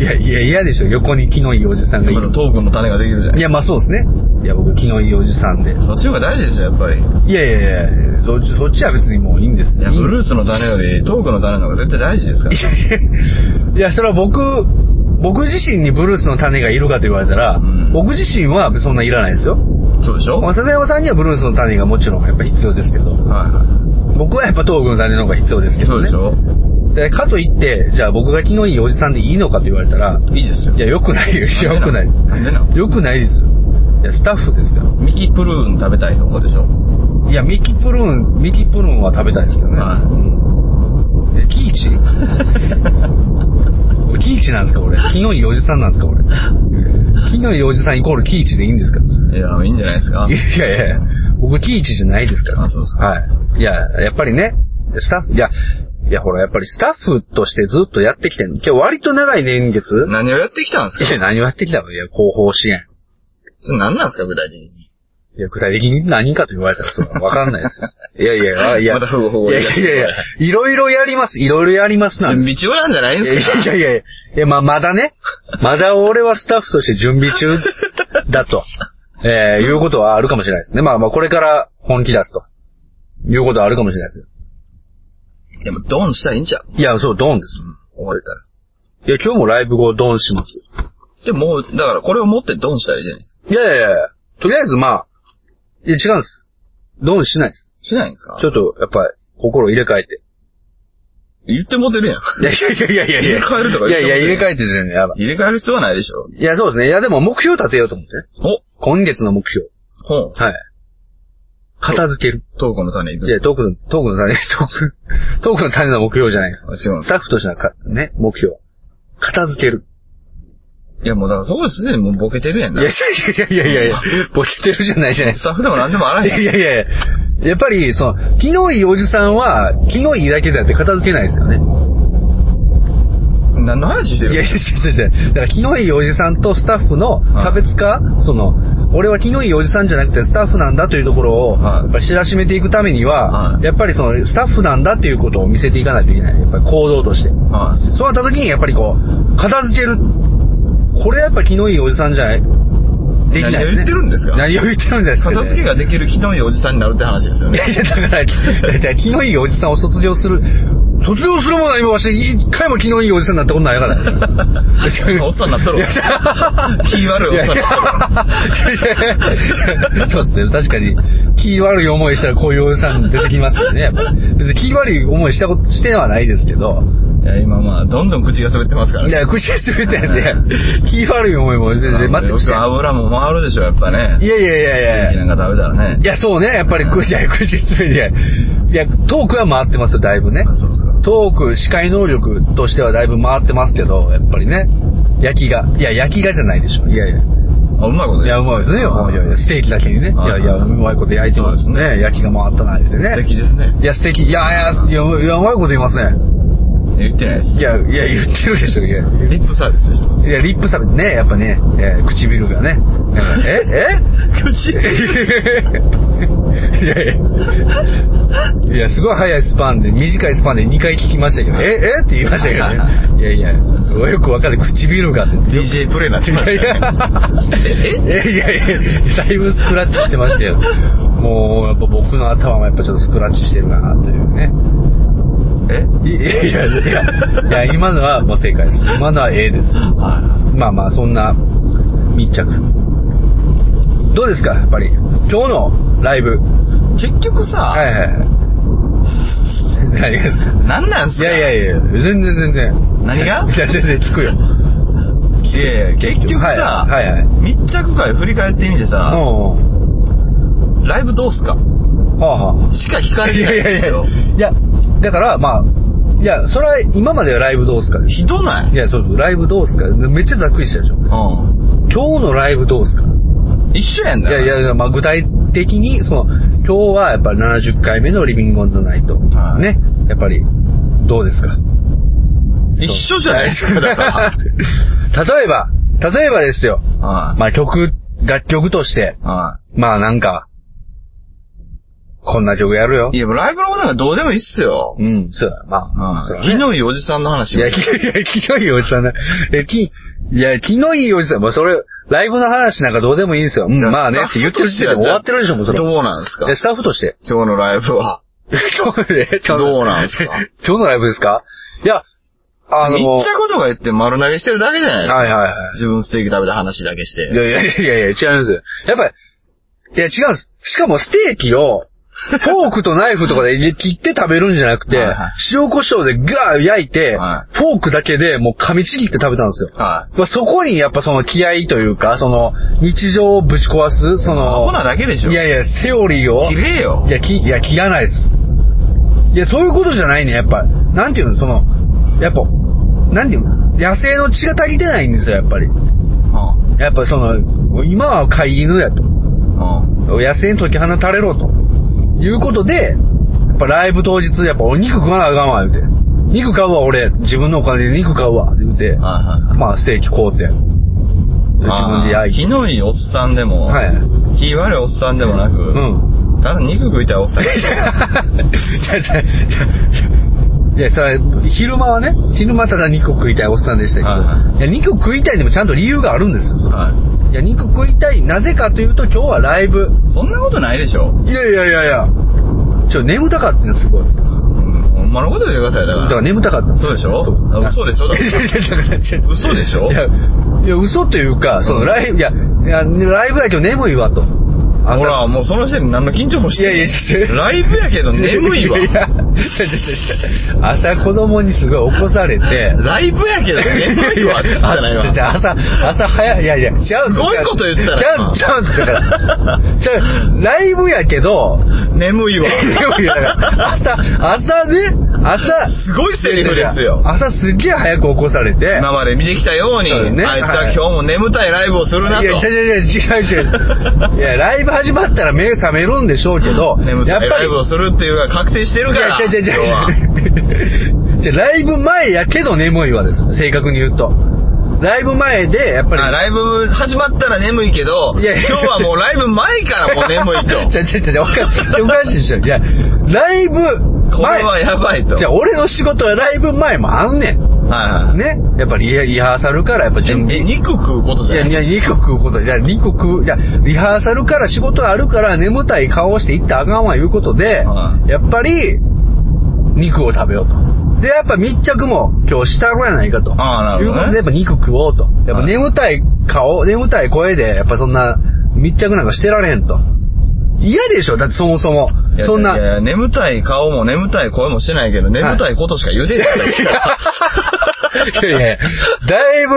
A: いやいや嫌でしょ、横に気のいいおじさんがい
B: また
A: る。
B: トークの種ができるじゃん。
A: いやまあそうですね。いや僕気のいいおじさんで。
B: そっちの方が大事でしょ、やっぱり。い
A: いやいやいや、そっちそっちは別にもういいんです。
B: や、
A: いいん
B: ブルースの種より、トークの種の方が絶対大事ですから。
A: いや、それは僕、僕自身にブルースの種がいるかと言われたら、
B: うん
A: 僕自身はそんないらないですよ。
B: そうでしょ
A: まあ笹山さんにはブルースの種がもちろんやっぱ必要ですけど。
B: はいは
A: 僕はやっぱトークの種の方が必要ですけ
B: い。そ
A: ど
B: う
A: ね。
B: でしょ
A: でかといって、じゃあ僕が気のいいおじさんでいいのかと言われたら、
B: いいですよ。
A: いや、良くないよ。いや良くない。
B: んでなん
A: 良くないですよ。いや、スタッフですから。
B: ミキプルーン食べたいの方でしょ
A: いや、ミキプルーン、ミキプルーンは食べたいですけどね。
B: はい
A: うん。え、キイチ俺キイチなんですか俺。木のいおじさんなんですか俺。木のいおじさんイコールキイチでいいんですか
B: いや、いいんじゃないですか
A: いやいやいや、僕キイチじゃないですから。
B: あそうですか
A: はい。いや、やっぱりね、スタッフ、いや、いやほら、やっぱりスタッフとしてずっとやってきてん今日割と長い年月
B: 何をやってきたんです
A: い
B: か
A: や、何をやってきたのいや、広報支援。
B: それ何なんですか、具体的に。
A: いや、具体的に何かと言われたらそうわかんないですよ。いやいや、あいや。
B: また不合法
A: いやいやいやいや、いろいろやります、いろいろやりますなん
B: 準
A: です。
B: 備中なんじゃないん
A: いや
B: ですか
A: いやいやいやいや、まあ、まだね。まだ俺はスタッフとして準備中だと。えー、いうことはあるかもしれないですね。まあまあ、これから本気出すと。いうことはあるかもしれないですよ。
B: でも、ドンしたらいいんちゃう
A: いや、そう、ドンです。
B: 終わったら。
A: いや、今日もライブ後ドンします。
B: でももう、だからこれを持ってドンしたらいいじゃないですか。
A: いやいやいや、とりあえずまあ、いや、違うんです。ドンしないです。
B: しないんですか
A: ちょっと、やっぱり、心入れ替えて。
B: 言って持てるやん。
A: いやいやいやいやいや。
B: 入れ替えるとか言っても
A: いやいや、入れ替えてじゃん、やばい。
B: 入れ替える必要はないでしょ。
A: いや、そうですね。いや、でも目標立てようと思って。今月の目標。
B: おほん。
A: はい。片付ける。
B: トークの種いく
A: いや、トークの、トークの種、 トーク、トークの種の目標じゃないです。
B: あ違うんで
A: ス
B: すか
A: タッフとしてのか、ね、目標。片付ける。
B: いや、もうだからそこですでにもうボケてるやん
A: い
B: な
A: やい。やいやいやいやいや、ボケてるじゃないじゃないです
B: ス
A: か。
B: タッフでも何でもあら
A: い
B: へ
A: や
B: ん。
A: いやいやいや。やっぱり、その、気のいいおじさんは、気のいいだけであって片付けないですよね。
B: 何の話して
A: いや
B: る
A: いや、違う違う違う。だから、気のいいおじさんとスタッフの差別化、その、俺は気のいいおじさんじゃなくてスタッフなんだというところを、
B: はい
A: やっぱり知らしめていくためには、
B: はい
A: やっぱりその、スタッフなんだということを見せていかないといけない。やっぱり行動として。
B: はい。
A: そうなった時に、やっぱりこう、片付ける。これやっぱ気のいいおじさんじゃない、できない、ね。
B: 何を言ってるんですか
A: 何を言ってるんですか、ね、
B: 片付けができる気のいいおじさんになるって話ですよ
A: いや
B: ね。
A: いや、だから、だから気のいいおじさんを卒業する。卒業するものは今わし、一回も気のいいおじさんになったことないから。
B: おっさんになっとるわ
A: いや
B: 気悪いおっさんになっとるわ
A: いやいやそうですね。確かに、気悪い思いしたらこういうおじさん出てきますよね。やっぱ別に気悪い思いしたこと、してはないですけど。
B: いや、今まあ、どんどん口が滑ってますから
A: いや、口が滑ったやつや。気悪い思いも全然待ってまし
B: よく
A: た
B: 油も回るでしょ、やっぱね。
A: いやいやいやいや
B: 元気。なんか食べたらね
A: い。や、そうね。やっぱり、くい や、口滑りで。いや、トークは回ってますよ、だいぶね。
B: あそうですか。
A: トーク、視界能力としてはだいぶ回ってますけど、やっぱりね。焼きが。いや、焼きがじゃないでしょ。いやいや。い
B: あ、うまいこと
A: や、うまいですね。いやいや、ステーキだけにね。いやいや、うまいこと焼いてます
B: そうです
A: ね。焼きが回ったな、言うて
B: 素
A: ね。
B: 敵ですね。
A: いや、素敵。いや、いや、いや、いやうまいこと言いますね。
B: 言ってないです。
A: いや、いや、言ってるでしょ。いや、
B: リップサービスでしょ。
A: いや、リップサービスね、やっぱね、えー唇がね。ええ
B: 口
A: いやいやいや、すごい早いスパンで、短いスパンで2回聞きましたけど、え、えって言いましたけどね。 いやいや、よくわかる唇 がって。
B: DJ プレイになって
A: い
B: ま
A: や
B: す
A: いや
B: ね。、
A: いやいや、だいぶスクラッチしてましたよ。もう、やっぱ僕の頭もやっぱちょっとスクラッチしてるかなというね。
B: え
A: いやいやいや、いや、今のはもう正解です。今のは A です。
B: あ
A: まあまあ、そんな密着。どうですか、やっぱり。今日のライブ。
B: 結局
A: は
B: さ、
A: いはい はい。何がですか
B: 何なんす
A: い
B: か
A: やいやいや、全然全然。
B: 何 が
A: いや、全然聞くよ。
B: いやいや結局さ、
A: はいはいはい。
B: 密着会振り返ってみてさ、
A: おうん
B: ライブどうすか
A: うん。はあは
B: しか聞か
A: あ。
B: れてないんですよ。
A: いや、だからまあ、いや、それは今まではライブどうすかです。
B: ひどない
A: いや、そうそう、ライブどうすかめっちゃざっくりしたでしょ。
B: うん。
A: 今日のライブどうすか
B: 一緒やん
A: い
B: だ
A: やいやいや、まあ具体的に、その、今日はやっぱり70回目のリビングオンザナイト。
B: はい
A: ね。やっぱり、どうですか
B: 一緒じゃないですか、だか
A: 例えば、例えばですよ。
B: ら。は
A: まあ曲、楽曲として、
B: い。は
A: まあなんか、こんな曲やるよ
B: い。い。や、ライブのことなんかどうでもいいっすよ。。
A: うん、そうだ、まあ。そううんだね
B: ひのいいおじさんの話
A: いや、き、 いや、気のいいおじさんだ。え、き、いや、気のいいおじさん、まあそれ、ライブの話なんかどうでもいいんですよ。うん、まあねって言ってる時点で終わってるでしょ、もうそれ
B: どう
A: は。
B: なんですか
A: え、スタッフとして。
B: 今日のライブは。
A: 今日ね今日の
B: どうなんですか
A: 今日のライブですかいや、 あの、
B: 密着とか言って丸投げしてるだけじゃないですか。
A: はいはいはい。
B: 自分ステーキ食べた話だけし
A: い
B: て。
A: やいやいやいや、違いますよ。やっぱり、いや違うんです。しかもステーキを、フォークとナイフとかで切って食べるんじゃなくて
B: はいはい、
A: 塩コショウでガー焼いて、
B: は
A: フォークだけでもう噛みちぎって食べたんですよ。
B: は
A: まあ、そこにやっぱその気合というか、その日常をぶち壊す、そ
B: い。ア
A: の
B: ホ、なだけでしょ。
A: いやいや、セオリーを、
B: 綺
A: い
B: 麗よ。
A: や、き、いや、切らないです。いや、そういうことじゃないね、やっぱ。なんていうの、その、やっぱ、なんていうの野生の血が足りてないんですよ、やっぱり。
B: あ
A: やっぱその、今は飼い犬やと。
B: あ
A: 野生に解き放たれろと。いうことで、やっぱライブ当日、やっぱお肉食わなあかんわ、言うて。肉買うわ、俺。自分のお金で肉買うわ、言うて。
B: はいはいはい。
A: まあ、ステーキ買うて。自分で焼いて。
B: 気のいいおっさんでも、
A: はい。
B: 気悪いおっさんでもなく、
A: うん。
B: ただ肉食いたいおっさん。
A: いやいやいや、それは昼間はね、昼間ただ肉を食いたいおっさんでしたけど、
B: はい
A: や、肉を食いたいでもちゃんと理由があるんです よ。
B: はい
A: や、肉食いたい、なぜかというと今日はライブ。
B: い。そんなことないでしょ。
A: いやいやいやいや、ちょ、っと眠たかったんです、すごい。だ
B: うん、ほんまのこと言ってください、だか。
A: からら眠たかったんです
B: そうでしょ
A: そう
B: あ嘘でしょだから
A: いやいやだから ちょっと
B: 嘘でしょ
A: いや、いや嘘というか、そのライブ、いや、いや、ライブやけど眠いわと。あ
B: ほら、もうその時点で何の緊張もしてない
A: やいやしてる
B: ライブやけど眠いわ。
A: ややちょちょちょちょ朝子供にすごい起こされて、
B: ライブやけど眠いわって言ったじゃないわ。
A: あじゃあ朝、朝早い、いやいや、違うんですよ
B: すごいこと言ったら
A: ちゃう、ちゃうんですだから。ちゃう、ライブやけど、
B: 眠いわ。
A: いやいや朝、朝ね、朝、
B: すごいセリフですよ。
A: 朝すっげえ早く起こされて、
B: 今まで見てきたように、
A: そうね
B: あいつ
A: は
B: はい今日も眠たいライブをするなと。
A: いや、違う違う違う違う。いや、ライブ始まったら目覚めるんでしょうけど、
B: 眠
A: やっぱ
B: たい
A: り、
B: ライブをするっていうのが確定してる
A: い
B: から。
A: や、違う違う
B: 今日は
A: 違う違 う。じゃあ、ライブ前やけど眠いわです。正確に言うと。ライブ前で、やっぱり。
B: あライブ始まったら眠いけど、
A: いやいや
B: 今日はもうライブ前からもう眠
A: じ
B: い と。
A: ゃじゃじゃじゃ、おかしい、おかしいでしょ。いや、ライブ前。
B: これはやばいと。
A: じゃあ、俺の仕事はライブ前もあんねん。
B: はいはい。
A: ね。やっぱりリハリハーサルから、やっぱ準
B: え、
A: 備。
B: 肉食うこと
A: い
B: じゃ
A: や、
B: ない
A: いや、2個食うこと。いや、2個食う。いや、リハーサルから仕事あるから眠たい顔して行ったらあかんわいうことで、
B: はい
A: やっぱり、肉を食べようと。で、やっぱ密着も今日したろやないかと。
B: ああなる
A: い
B: ほどね
A: うことで、やっぱ肉食おうと。やっぱ
B: はい
A: 眠たい顔、眠たい声で、やっぱそんな密着なんかしてられへんと。嫌でしょだってそもそも
B: い。や
A: そん
B: いやい
A: な。
B: や眠たい顔も眠たい声もしてないけど、眠たいことしか言うてないから。
A: いやいや、だいぶ、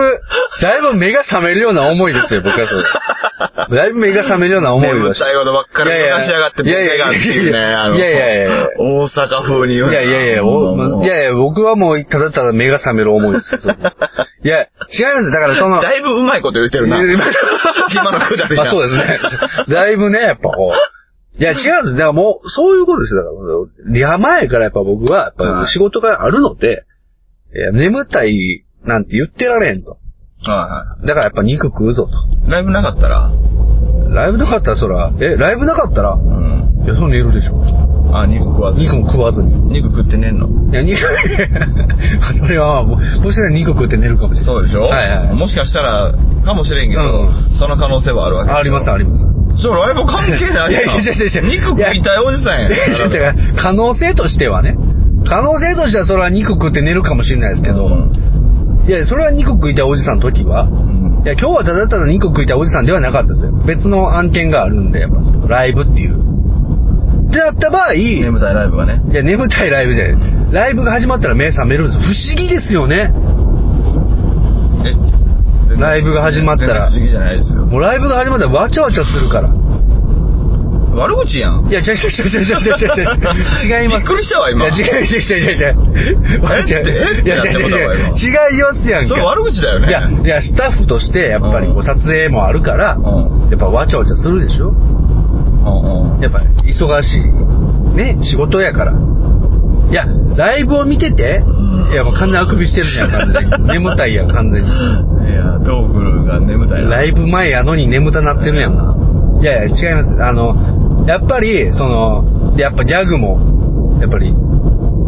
A: だいぶ目が覚めるような思いですよ、僕はそれ。だいぶ目が覚めるような思いを
B: 眠
A: して
B: たいことばっかり流しやがって、
A: いやいや
B: ボケがっていうね、あの、
A: いやいやいやいや
B: 大阪風に言う
A: いやいやいや、お
B: もう
A: まいやいや、僕はもう、ただただ目が覚める思いですけ ど。いや、違います。だからその、
B: だいぶうまいこと言ってるな。
A: いやいや
B: 今のくだり。
A: まあそうですすね。 だいぶね、やっぱこう。いや、違うんです。だからもう、そういうことですよ。だから、リハ前からやっぱ僕は、やっ
B: は
A: ぱ
B: い
A: 仕事があるので、いや眠たいなんて言ってられんと。
B: はいは
A: だからやっぱ肉食うぞと。
B: い。ライブなかったら、
A: ライブなかったらそら、え、ライブなかったら、
B: うん。
A: いや、その寝るでしょ。
B: あ、肉食わず。
A: 肉も食わずに。
B: 肉食って寝んの
A: いや、肉、 それはもう、もしかしたら肉食って寝るかもしれない。
B: そうでしょ
A: はいはい
B: もしかしたら、かもしれんけど、
A: う
B: その可能性はあるわけ
A: ああります、あります。
B: す。じゃあライブ関係な
A: いや
B: いやん
A: いやいやいやいや
B: 肉食いたいおじさんやん。
A: だから 可能性としてはね。可能性としてはそれは肉食って寝るかもしれないですけど、
B: うん
A: いや、それは肉食いたいおじさんの時は、
B: うん
A: いや、今日はただただ肉食いたいおじさんではなかったですよ。別の案件があるんで、やっぱそのライブっていう。ってなった場合、い
B: 眠たいライブがね。
A: や、眠たいライブじゃない。ライブが始まったら目覚めるんです。不思議ですよね。
B: え
A: ライブが始まったら
B: 全然不思議じゃないですよ。
A: もうライブが始まったらわちゃわちゃするから。
B: 悪口やん。
A: いや、違う違う違う違う違う違う違う。違います。
B: びっくりしたわ今
A: いや、違う違う違う違う違う。
B: えってえっ
A: い
B: て
A: や、
B: なっ
A: 違
B: た
A: う
B: ことは
A: 違う違う。違いますやんか。
B: それ悪口だよね。
A: いや、いや、スタッフとして、やっぱりこ
B: う
A: う、
B: ん
A: 撮影もあるから
B: う、ん。
A: やっぱわちゃわちゃするでしょ
B: うんうん。
A: やっぱ、忙しい。ね、仕事やから。いや、ライブを見てて、いや、もう完全にあくびしてるじゃん、完全 に。眠たいやん、完全に。
B: いや、トークが眠たいな。
A: ライブ前やのに眠たなってるやんな。いやいや、違います。あの、やっぱり、その、やっぱギャグも、やっぱり、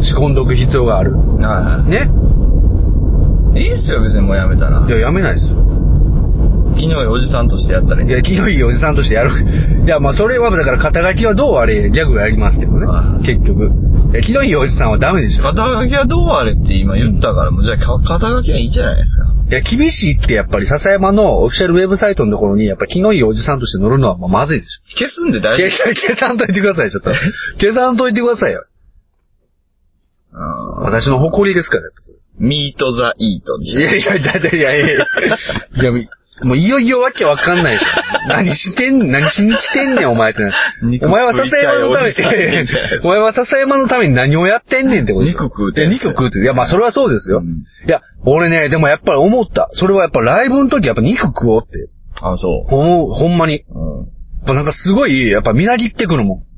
A: 仕込んどく必要がある。
B: は
A: ね
B: い。いいっすよ、別にもうやめたら
A: い。や、やめないですよ。
B: 昨日おじさんとしてやったらいい
A: い。や、清いおじさんとしてやる。いや、まあ、それは、だから、肩書きはどうあれ、ギャグやりますけどね
B: あ。
A: 結局。いや、清いおじさんはダメでしょ。
B: 肩書きはどうあれって今言ったから、もうじゃあか肩書きはいいじゃないですか。
A: いや、厳しいって、やっぱり、笹山のオフィシャルウェブサイトのところに、やっぱ、清いおじさんとして乗るのは、まあ、まずいでしょ。
B: 消すんで大丈
A: 計算、計算といてください、ちょっと。計算といてくださいよ。
B: 夫。うん
A: 私の誇りですから、やっぱそれ
B: ミートザイートでし
A: いやいや、だっていやいやいや。いや、もういよいよわけわかんないでしょ。何してん、何しに来てんねん、お前ってなる。
B: 肉
A: お前は笹山のため
B: 食いたいおじさんいいんじゃないです
A: に、お前は笹山のために何をやってんねんってことですよ
B: 肉食うて
A: いや肉食うて。いや、まあそれはそうですよ。
B: うん
A: いや、俺ね、でもやっぱり思った。それはやっぱライブの時やっぱ肉食おうって。
B: あ、そ
A: 思う、ほんまに。
B: う。うん。
A: やっぱなんかすごい、やっぱみなぎってくるもん。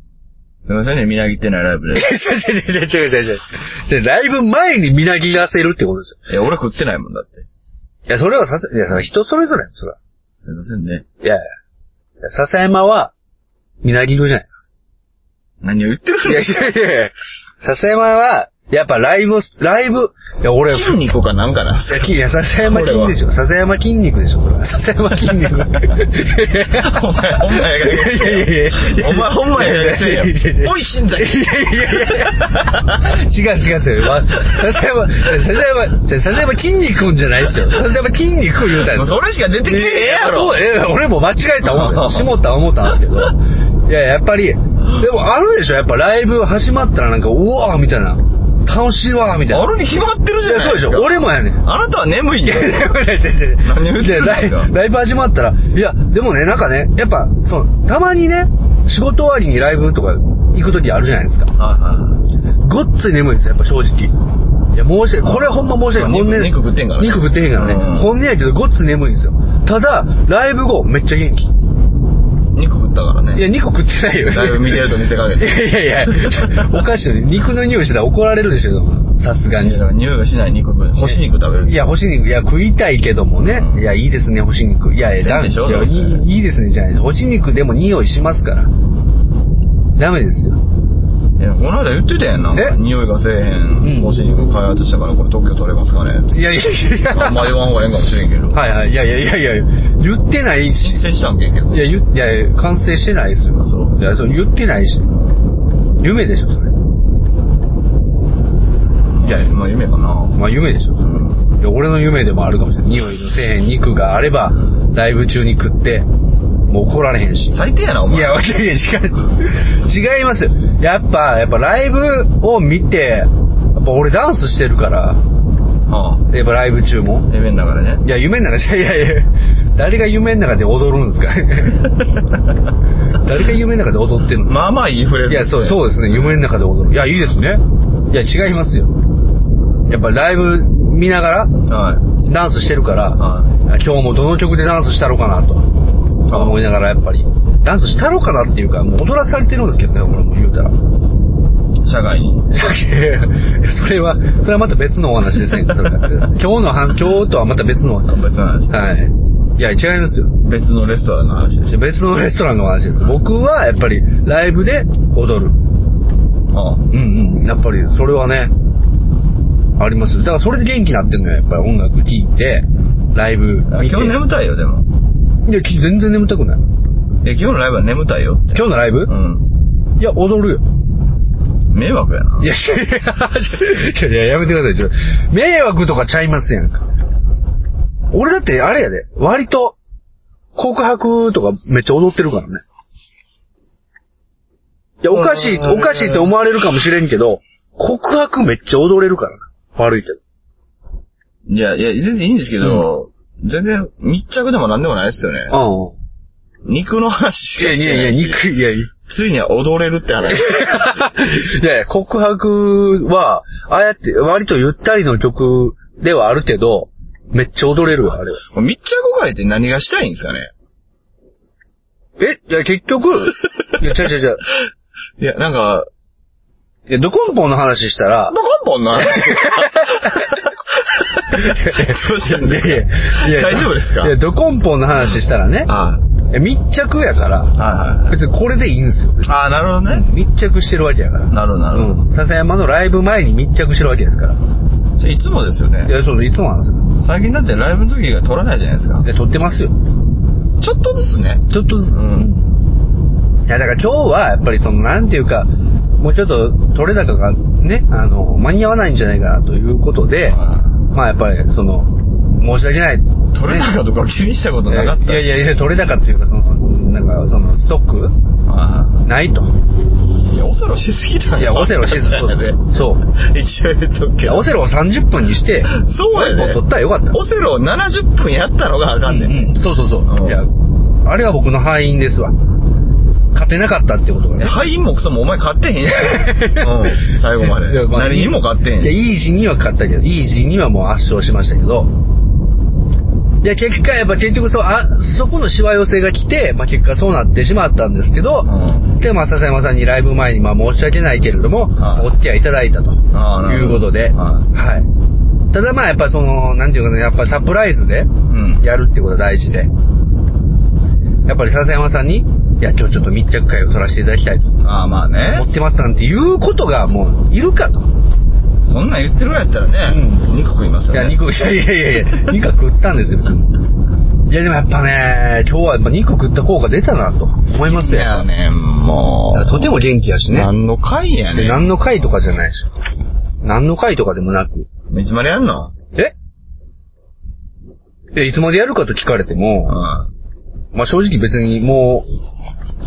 B: すいませんね、みなぎってないライブ
A: 違
B: で。
A: う違う違う違う違う違う違う。ライブ前にみなぎらせるってことですよ。
B: いや、俺食ってないもんだって。
A: いや、それはさせ、いや、それは人それぞれ、それは。
B: すいませんね。
A: いやいや。いや笹山は、みなぎるじゃないです
B: 何を言ってる
A: か。いやいやいやいや笹山は、やっぱライブ、ライブ、いや、俺、
B: 筋肉かなんかな。
A: いやきいや、笹山筋でしょ。笹山筋肉でしょ、それは。笹山筋肉。
B: お前、ほんまや
A: いやいやいやいや
B: お前、ほんまや
A: いやいやいや
B: おい、死んだ
A: いやいやいやいや違う違う違う。わ笹山、笹山、じゃ笹山筋肉じゃないですよ。笹山筋肉言うたんで
B: もう
A: すよ。
B: それしか出てきてへんやろ。
A: いやいやそうえ俺も間違えた思 った。しもった思ったんですけど。いや、やっぱり、でもあるでしょ。やっぱライブ始まったらなんか、うわーみたいな。楽しいわーみたいな。
B: あれに決まってる
A: い
B: じゃ
A: や
B: な
A: そ
B: いう
A: でしょ。俺も やねん。
B: あなたは眠いん
A: いや
B: だ
A: い
B: よ。
A: やいやいやいや
B: 何を言ってるんですか
A: ライライブ始まったら、いや、でもね、なんかね、やっぱ、そう、たまにね、仕事終わりにライブとか行くときあるじゃないですか。
B: はいはいはい
A: ごっつい眠いんですよ、やっぱ正直。いや、申し訳、これほんま申し訳ない。
B: まあ
A: 本音
B: 肉肉食ってんからね
A: 肉食ってへんからね。
B: うん
A: 本音やけど、ごっつい眠いんですよ。ただ、ライブ後、めっちゃ元気。い
B: 肉食ったから
A: や、
B: ね。
A: 肉食ってないよ。
B: ライブ見てると見せかけ
A: い
B: て。
A: やいやいや、おかしいよね。肉の匂いしたら怒られるでしょ、さすが
B: いや
A: に
B: だ。から匂いがしない肉食う。干し肉食べる。
A: いや、干し肉、いや、食いたいけどもね。
B: うん
A: いや、いいですね、干し肉。いや、いや、ダメ
B: でしょ
A: いや
B: どうせ
A: いい、いいですね、じゃないです。干し肉でも匂いしますから。ダメですよ。
B: いやこの間言ってたやんな。
A: え
B: 匂いがせえへ
A: うん
B: ん。干し肉開発したからこれ特許取れますかね。
A: いやいやいや。
B: あんま言わん方がええんかもしれんけど。
A: はいはい、いやいやいやいや言ってないし。
B: 接したんけ、結構。
A: いや、言っいやいや、完成してないですよ。
B: そう
A: い。や、そう、言ってないし。夢でしょ、それ。
B: いや、まあ夢かな。
A: まあ、夢でしょ。
B: うん。
A: いや、俺の夢でもあるかもしれない。匂いのせえへん肉があれば、ライブ中に食って、もう怒られへんし。
B: 最低やな、お前。
A: いや、いやいや、違う。違いますよ。やっぱ、やっぱライブを見て、やっぱ俺ダンスしてるから、
B: ああ。
A: やっぱライブ中も。
B: 夢の中でね。
A: いや、夢の中、いやいやいや、誰が夢の中で踊るんですか 誰が夢の中で踊ってるんですか、
B: まあまあいいフレーズ
A: い
B: で
A: や、
B: すね、
A: そう、そうですね。夢の中で踊る。いや、いいですね。いや、違いますよ。やっぱライブ見ながら
B: はい。
A: ダンスしてるから、
B: はい。
A: 今日もどの曲でダンスしたろうかなと。思いながらやっぱり、ダンスしたろうかなっていうか、もう踊らされてるんですけどね、俺も言うたら。
B: 社外
A: い
B: に。
A: やいやそれは、それはまた別のお話 ですね。それは今日のは、今日とはまた別のお話。
B: 別の話。
A: はい。いや、違いますよ。
B: 別のレストランの話でし
A: 別のレストランのお話です。僕は、やっぱり、ライブで踊る。
B: ょ。ああ。
A: うんうん。やっぱり、それはね、あります。だから、それで元気になってんのよ。やっぱり音楽聴いて、ライブ
B: あ
A: 見て。
B: 今日眠たいよ、でも。
A: いや、き全然眠たくない。
B: いや、今日のライブは眠たいよって。
A: 今日のライブ、
B: うん。
A: いや、踊るよ。
B: 迷惑やな。
A: いや、いや、いや、やめてください。ちょっと迷惑とかちゃいますやんか。俺だって、あれやで、割と、告白とかめっちゃ踊ってるからね。いや、おかしい、
B: うん
A: おかしいって思われるかもしれんけど、告白めっちゃ踊れるからな。悪いけど。
B: いや、いや、全然いいんですけど、全然密着でもなんでもないですよね。
A: う
B: 肉の話し
A: ん。い
B: か
A: やい
B: して
A: や
B: ない
A: や、
B: いし。
A: 肉、いや、い
B: ついには踊れるって 話。
A: いやいや、告白は、ああやって、割とゆったりの曲ではあるけど、めっちゃ踊れるわ、あれは。
B: 密着会って何がしたいんですかね
A: え、いや、結局、 いや、違う違う違う。
B: いや、なんか、
A: いや、ドコンポンの話したら
B: ド、コンポンの話。どうしたん
A: い
B: ですか大丈夫ですか
A: いや、ドコンポンの話したらね、
B: あ
A: いや密着やから、
B: あ、はいはいはい。
A: 別にこれでいいんですよ。
B: ああ、なるほどね。
A: 密着してるわけやから。
B: なるほど、なるほど。
A: うん。笹山のライブ前に密着してるわけですから。い
B: それいつもですよね。
A: や、そう、いつもなんで
B: 最近だってライブの時が撮らないじゃないですか
A: す。よ。いや、撮ってますよ。
B: ちょっとずつね。
A: ちょっとずつ。
B: うん。
A: いや、だから今日は、やっぱりその、なんていうか、もうちょっと、撮れ高がね、あの、間に合わないんじゃないかなということで、まあやっぱり、その、申し訳ない。
B: 撮れなかとか気にしたことなかっ
A: い
B: た。
A: やいやいや、取れ高っていうか、その、なんか、その、ストック
B: あ
A: ないと。
B: あいや、オセロしすぎたん
A: いや、オセロしずとって。そう。
B: 一応言っとく
A: い
B: け
A: や、
B: ど。
A: オセロを30分にして、
B: そうや
A: も
B: ね
A: う取ったらよかった。
B: オセロを70分やったのがあかんねん。
A: うんうんそうそうそうう。
B: ん
A: いや、あれは僕の敗因ですわ。勝てなかったってことがね。
B: 敗因もクソもお前勝ってへんやん。うん、最後まで
A: いや。まあ
B: 何にも勝ってへん
A: いや、
B: やん。
A: イージーには勝ったけど、イージーにはもう圧勝しましたけど、いや、結果、やっぱ結局そう、あ、そこのしわ寄せが来て、まあ結果そうなってしまったんですけど、
B: うん
A: で、まあ笹山さんにライブ前に、まあ申し訳ないけれども、
B: はい
A: お付き合いいただいたと、
B: ああな
A: い
B: る
A: う
B: ほど
A: ことで、
B: は
A: はい。ただまあやっぱその、なんていうかね、やっぱサプライズで
B: うん。
A: やるってことは大事で、やっぱり笹山さんに、いや、今日ちょっと密着会を取らせていただきたいと
B: ああ、まあね
A: 思。ってますなんていうことがもう、いるかと。
B: そんなん言ってるぐらいやったらね
A: う、
B: 肉食いますよ
A: いや、
B: ね。
A: 肉、いやいやいやいや、肉は食ったんですよ、僕も。いや、でもやっぱね、今日はやっぱ肉食った効果出たなと思います
B: いや
A: よ。
B: ね、もう。
A: とても元気やしね。
B: 何の回やね
A: で
B: ん。
A: 何の回とかじゃないし。何の回とかでもなく。
B: いつまでやんの
A: ええ、いつまでやるかと聞かれても、
B: う
A: まあ正直別にも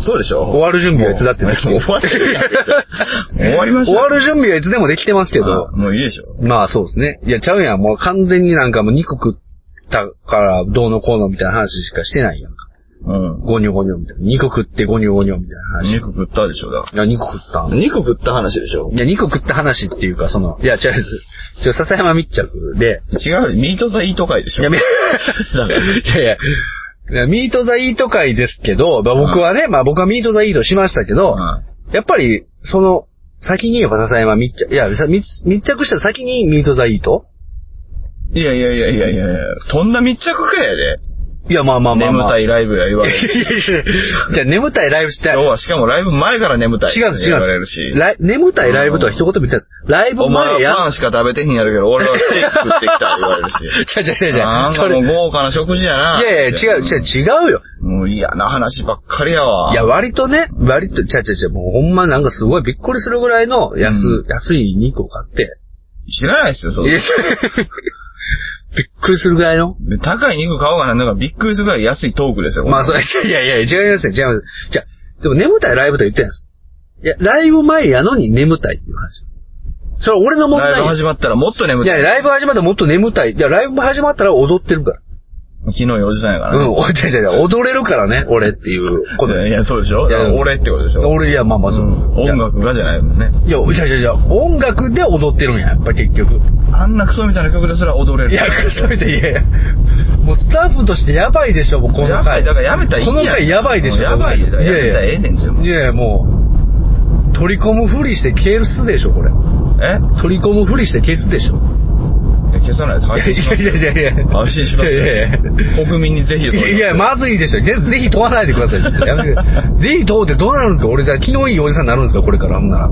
B: ん。そうでし
A: う
B: ょ
A: 終わる準備はいつだって
B: もう
A: で
B: も
A: き
B: う終わってるやん終わりました
A: 終わる準備はいつでもできてますけど
B: あ、もういいでしょ。
A: まあそうですね。いや、ちゃうやん。もう完全になんかもう肉食ったからどうのこうのみたいな話しかしてないやんか。
B: うん。
A: ゴニョゴニョみたいな。肉食ってゴニョゴニョみたいな話。い
B: 肉食ったでしょ、だか
A: や、肉食った
B: ら。
A: ん
B: 肉食った話でしょ
A: いや、肉食った話っていうか、その、いや、違うです。ちょ、笹山密着で、
B: 違う、ミートザイート会でし
A: い
B: ょ
A: や、みい
B: ダメ
A: や いや、いやミートザイート会ですけど、まあ、僕はね、まあ僕はミートザイートしましたけど、やっぱり、その、先にやっぱ笹山密着、いや、さ密密着した先にミートザイート
B: うんいやいやいやいやいやいや、とんだ密着会やで。
A: いや、まあまあまあ、
B: 眠
A: まあ。
B: たいライブや言わ
A: い
B: れ
A: やい
B: る。
A: やいやじゃあ眠たいライブしたい。
B: 今日はしかもライブ前から眠たい。
A: 違うんです、違
B: 言
A: う
B: われ
A: ん
B: る
A: です
B: し。
A: ライ眠たいライブとは一言も言ってないです。ライブ
B: お
A: 前
B: 前
A: や
B: はパンしか食べてへんやるけど、俺はステーキ食ってきた言われるし。
A: 違う 違う違う違う。
B: なん
A: そ
B: か
A: れ
B: もう豪華な食事やな。
A: いやいや、違う違う違うよ。
B: う。もう嫌な話ばっかりやわ。
A: いや、割とね、割と、違う違う違う、もうほんまなんかすごいびっくりするぐらいの安、
B: う
A: 安い肉を買って。
B: 知らないですよ、そ
A: いや
B: う。
A: びっくりするぐらいの。
B: 高い肉買おうがなんだかびっくりするぐらい安いトークですよ。
A: まあ、それ、いやいやいや、違いますよ、違いますよ。じゃあでも眠たいライブとは言ってないです。いや、ライブ前やのに眠たいっていう感じ。それは俺の問題
B: ライブ
A: です
B: 始まったらもっと眠
A: いや、
B: たい。
A: ライブ始まったらもっと眠たい。いや、ライブ始まったら踊ってるか。
B: 昨日おじさんやか
A: う
B: ららね。
A: ん、 おいやいやいや踊れるからね、俺っていうこと
B: いやいや、そうでしょ
A: いや
B: だから俺ってことでしょ
A: 俺、いや、まあまあ、そうう。
B: ん音楽がじゃないもんね。
A: いや、いやいやいや、音楽で踊ってるんや、やっぱ結 局。
B: あんなクソみたいな曲ですら踊れる。
A: いや、それでいやいや。もうスタッフとしてやばいでしょ、もうこの
B: やば
A: 回。
B: い、だからやめたらいい
A: こ
B: やん
A: の回やばいでしょ。
B: やばいよ。だからやめたらええねんて、もう
A: いやいや、もう、取り込むふりして消えるすでしょ、これ。
B: え
A: 取り込むふりして消すでしょ。
B: いや消さないです。
A: い
B: 配
A: や
B: 信
A: い
B: します。
A: やいやいやいや。
B: 配信します
A: いやいやいや。
B: 国民にぜひ。
A: いや、まずいでしょ。ぜぜひ問わないでください。やめてぜひ問うてどうなるんですか俺じゃあ昨日いいおじさんになるんですかこれから。ほんなら。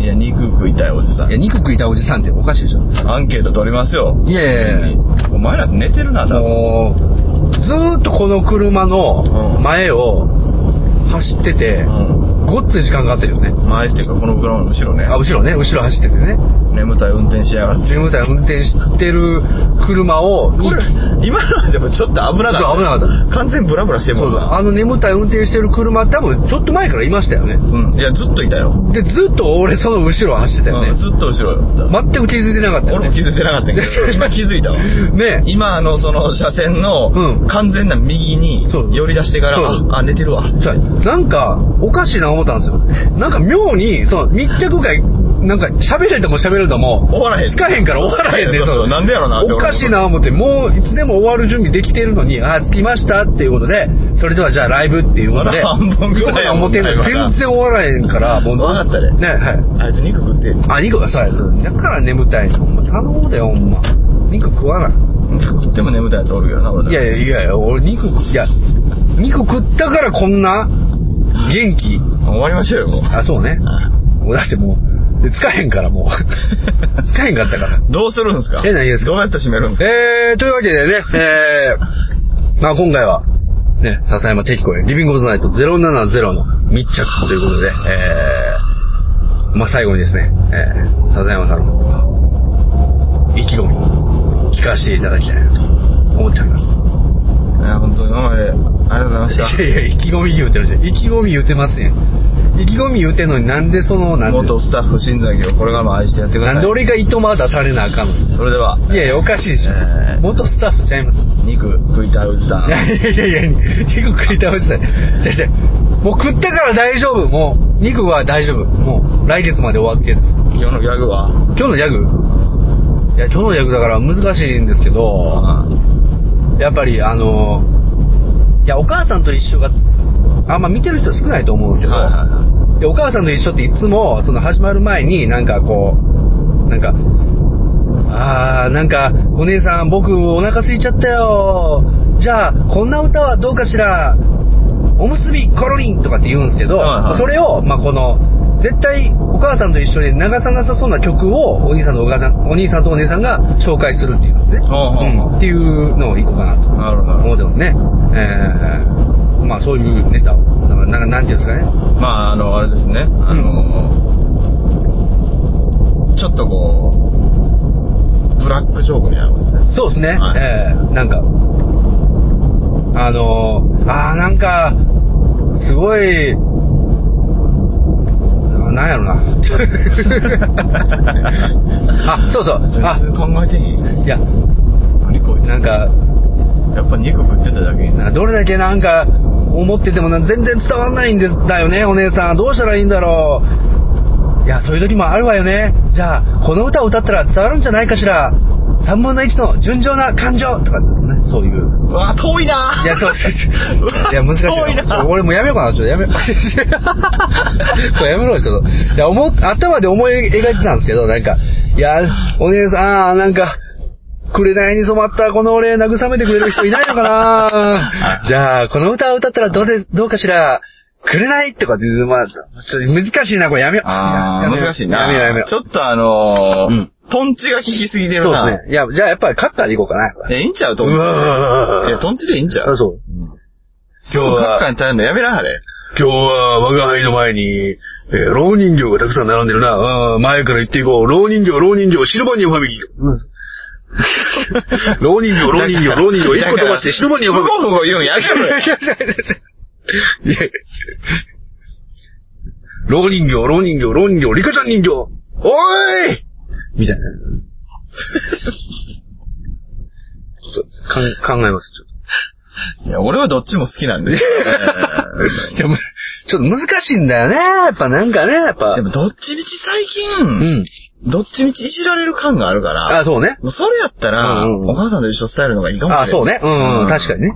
B: いや、肉食いたいおじさ
A: いや、肉食いたいおじさんっておかしいでしょ。
B: ん。アンケート取りますよ。
A: いやいやいや。
B: お前ら寝てるな、多分。
A: もう、ずーっとこの車の
B: うん
A: 前を走ってて、ごっつい時間がかかってるよね。
B: うん前っていうか、この車の後ろね。
A: あ、後ろね、後ろ走っててね。
B: 眠たい運転しやがって。
A: 自分たちが運転してる車を、
B: これ
A: い、
B: 今のはでもちょっと危なかった。
A: 危なか
B: った。完全ブラブラしてる
A: そ
B: も
A: うんだ、
B: な。
A: あの眠たい運転してる車多分ちょっと前からいましたよね。
B: うん。いや、ずっといたよ。
A: で、ずっと俺その後ろ走ってたよ
B: うん
A: ね。
B: ずっと後ろよ。
A: 全く気づいてなかったよ
B: 俺も
A: ね。
B: 気づいてなか ったんやけど、今気づいたわ。
A: ねえ。
B: 今、あの、その車線
A: う
B: の
A: ん
B: 完全な右に
A: そう
B: 寄り出してから、
A: そう
B: あ、あ寝てるわ。
A: じゃあなんか、おかしいな思ったんですよ。なんか妙に、その密着会、なんか喋れても喋れても、
B: 終わらへん。
A: つかへんから終わらへんね
B: そうそうなんでやろなって
A: おかしいな思って、もういつでも終わる準備できてるのに、ああ、着きましたっていうことで、それではじゃあライブっていうことで、
B: まだ半分ぐらいやもん
A: 表の
B: まだ
A: 全然終わらへんから、もう。
B: わかったね
A: ね、はい。
B: あいつ肉食って。
A: あ、肉、そうや、そうだから眠たいの。ほんま、頼もうだよ、ほんま。肉食わな
B: 肉食っても眠たいやつおるけどな、俺
A: い。いやいやいやいや、俺肉食、いや、肉食ったからこんな、元気。
B: 終わりましょうよ、もう。
A: あ、そうね。もうだってもう、で、つかへんからもう。 つかへんかったから。
B: どうするんすか
A: え何ですか
B: どうやって締めるんすか
A: えー、というわけでね、えー、まあ今回は、ね、笹山適子へ、リビングオブザナイト070の密着ということで、えー、まあ最後にですね、えー、笹山さんの意気込みを聞かせていただきたいなと思っております。
B: いや、本当に今まで、ありがとうございました。
A: いやいや、意気込み言うてるじゃん。意気込み言うてますやん。意気込み言うてんのになんでその、なんで、
B: 元スタッフ新崎をこれからも愛してやってください。
A: なんで俺が糸間出されなあかんの
B: それでは、
A: いやいや、おかしいでしょ。
B: えー
A: 元スタッフちゃいます。
B: 肉食いたいおじさん
A: い。やいやいやいや、肉食い倒したい。じゃじゃもう食ったから大丈夫。もう、肉は大丈夫。もう、来月まで終わってです。
B: 今日のギャグは
A: 今日のギャグいや、今日のギャグだから難しいんですけど、やっぱりあの、いや、お母さんと一緒が、あんま見てる人少ないと思うんですけど、
B: はいはいは
A: でお母さんと一緒っていつも、その始まる前になんかこう、なんか、あー、なんか、お姉さん僕お腹空いちゃったよ。じゃあ、こんな歌はどうかしら。おむすびコロリンとかって言うんですけど、
B: はいはい
A: それを、まあ、この、絶対お母さんと一緒に流さなさそうな曲をお兄さんとお母さん、お兄さんとお姉さんが紹介するっていうのね。
B: ほうほうほう
A: うんっていうのをいこうかなと。
B: い。なるほどなる
A: 思ってますね。えー、まあそういうネタを、なんかなんかなんていうんですかね。
B: ほど。まあ、あの、あれですね。あの、ちょっとこう、ブラックジョークみたいなことですね。
A: そうですね。
B: はい
A: えー、なんか、あのー、あーなんか、すごい、ななんや ろな。 あ、そうそう。あ、
B: 全然考えてへんやん
A: いや、
B: 何こいつ
A: なんか、
B: やっぱ肉食ってただけにな
A: などれだけなんか思っててもな全然伝わんないんですだよねお姉さんどうしたらいいんだろういやそういう時もあるわよねじゃあこの歌を歌ったら伝わるんじゃないかしら3分の1の純情な感情とかねそういう
B: うわ遠いない
A: やそうそう
B: う
A: そう
B: わ
A: いや難しい
B: 遠いな
A: ちょ俺もうやめようかなちょっとやめ これやめろよちょっといや思っ頭で思い描いてたんですけどなんかいやお姉さんなんか紅に染まったこの俺慰めてくれる人いないのか なじゃあ、この歌を歌ったらどうで、どうかしら、紅とかっていう、まあ、ちょっと難しいな、これやめよう。
B: あ
A: や
B: ー
A: めよう
B: 難しいな
A: やめようやめよう。
B: ちょっとあのー
A: うん
B: トンチが効きすぎてる
A: そう
B: な
A: ですね。いや、じゃあやっぱりカッターでいこうかな。
B: いやいいんちゃうトン
A: う
B: チ
A: わー
B: いやトンチでいいんちゃ
A: あ
B: う
A: そう。今日
B: 今日カッカ
A: は、
B: に頼るのやめなはれ
A: 今日は我が輩の前に、えー、老人形がたくさん並んでるな。うん、前から言っていこう。老人形、老人形、シルバニアファミリー。老人形、老人形、老人形、一個飛ばして、シルバニアファミリ
B: ふ
A: ー。
B: ごふご言うんやめろよ
A: いや老人形、老人形、老人形、リカちゃん人形おいみたいな。ちょっとかん考えます、 ちょっ
B: いや俺はどっちも好きなんですよ
A: と。 でも、ちょっと難しいんだよね。やっぱなんかね、やっぱ
B: で。もどっちみち最
A: う
B: 近、
A: ん。
B: どっちみちいじられる感があるから、
A: あ、そうね。
B: もうそれやったら、
A: うんうん
B: お母さんと一緒伝えるのがいいかもしれな
A: あ、
B: い。
A: そうね。うん、うん、確かにね。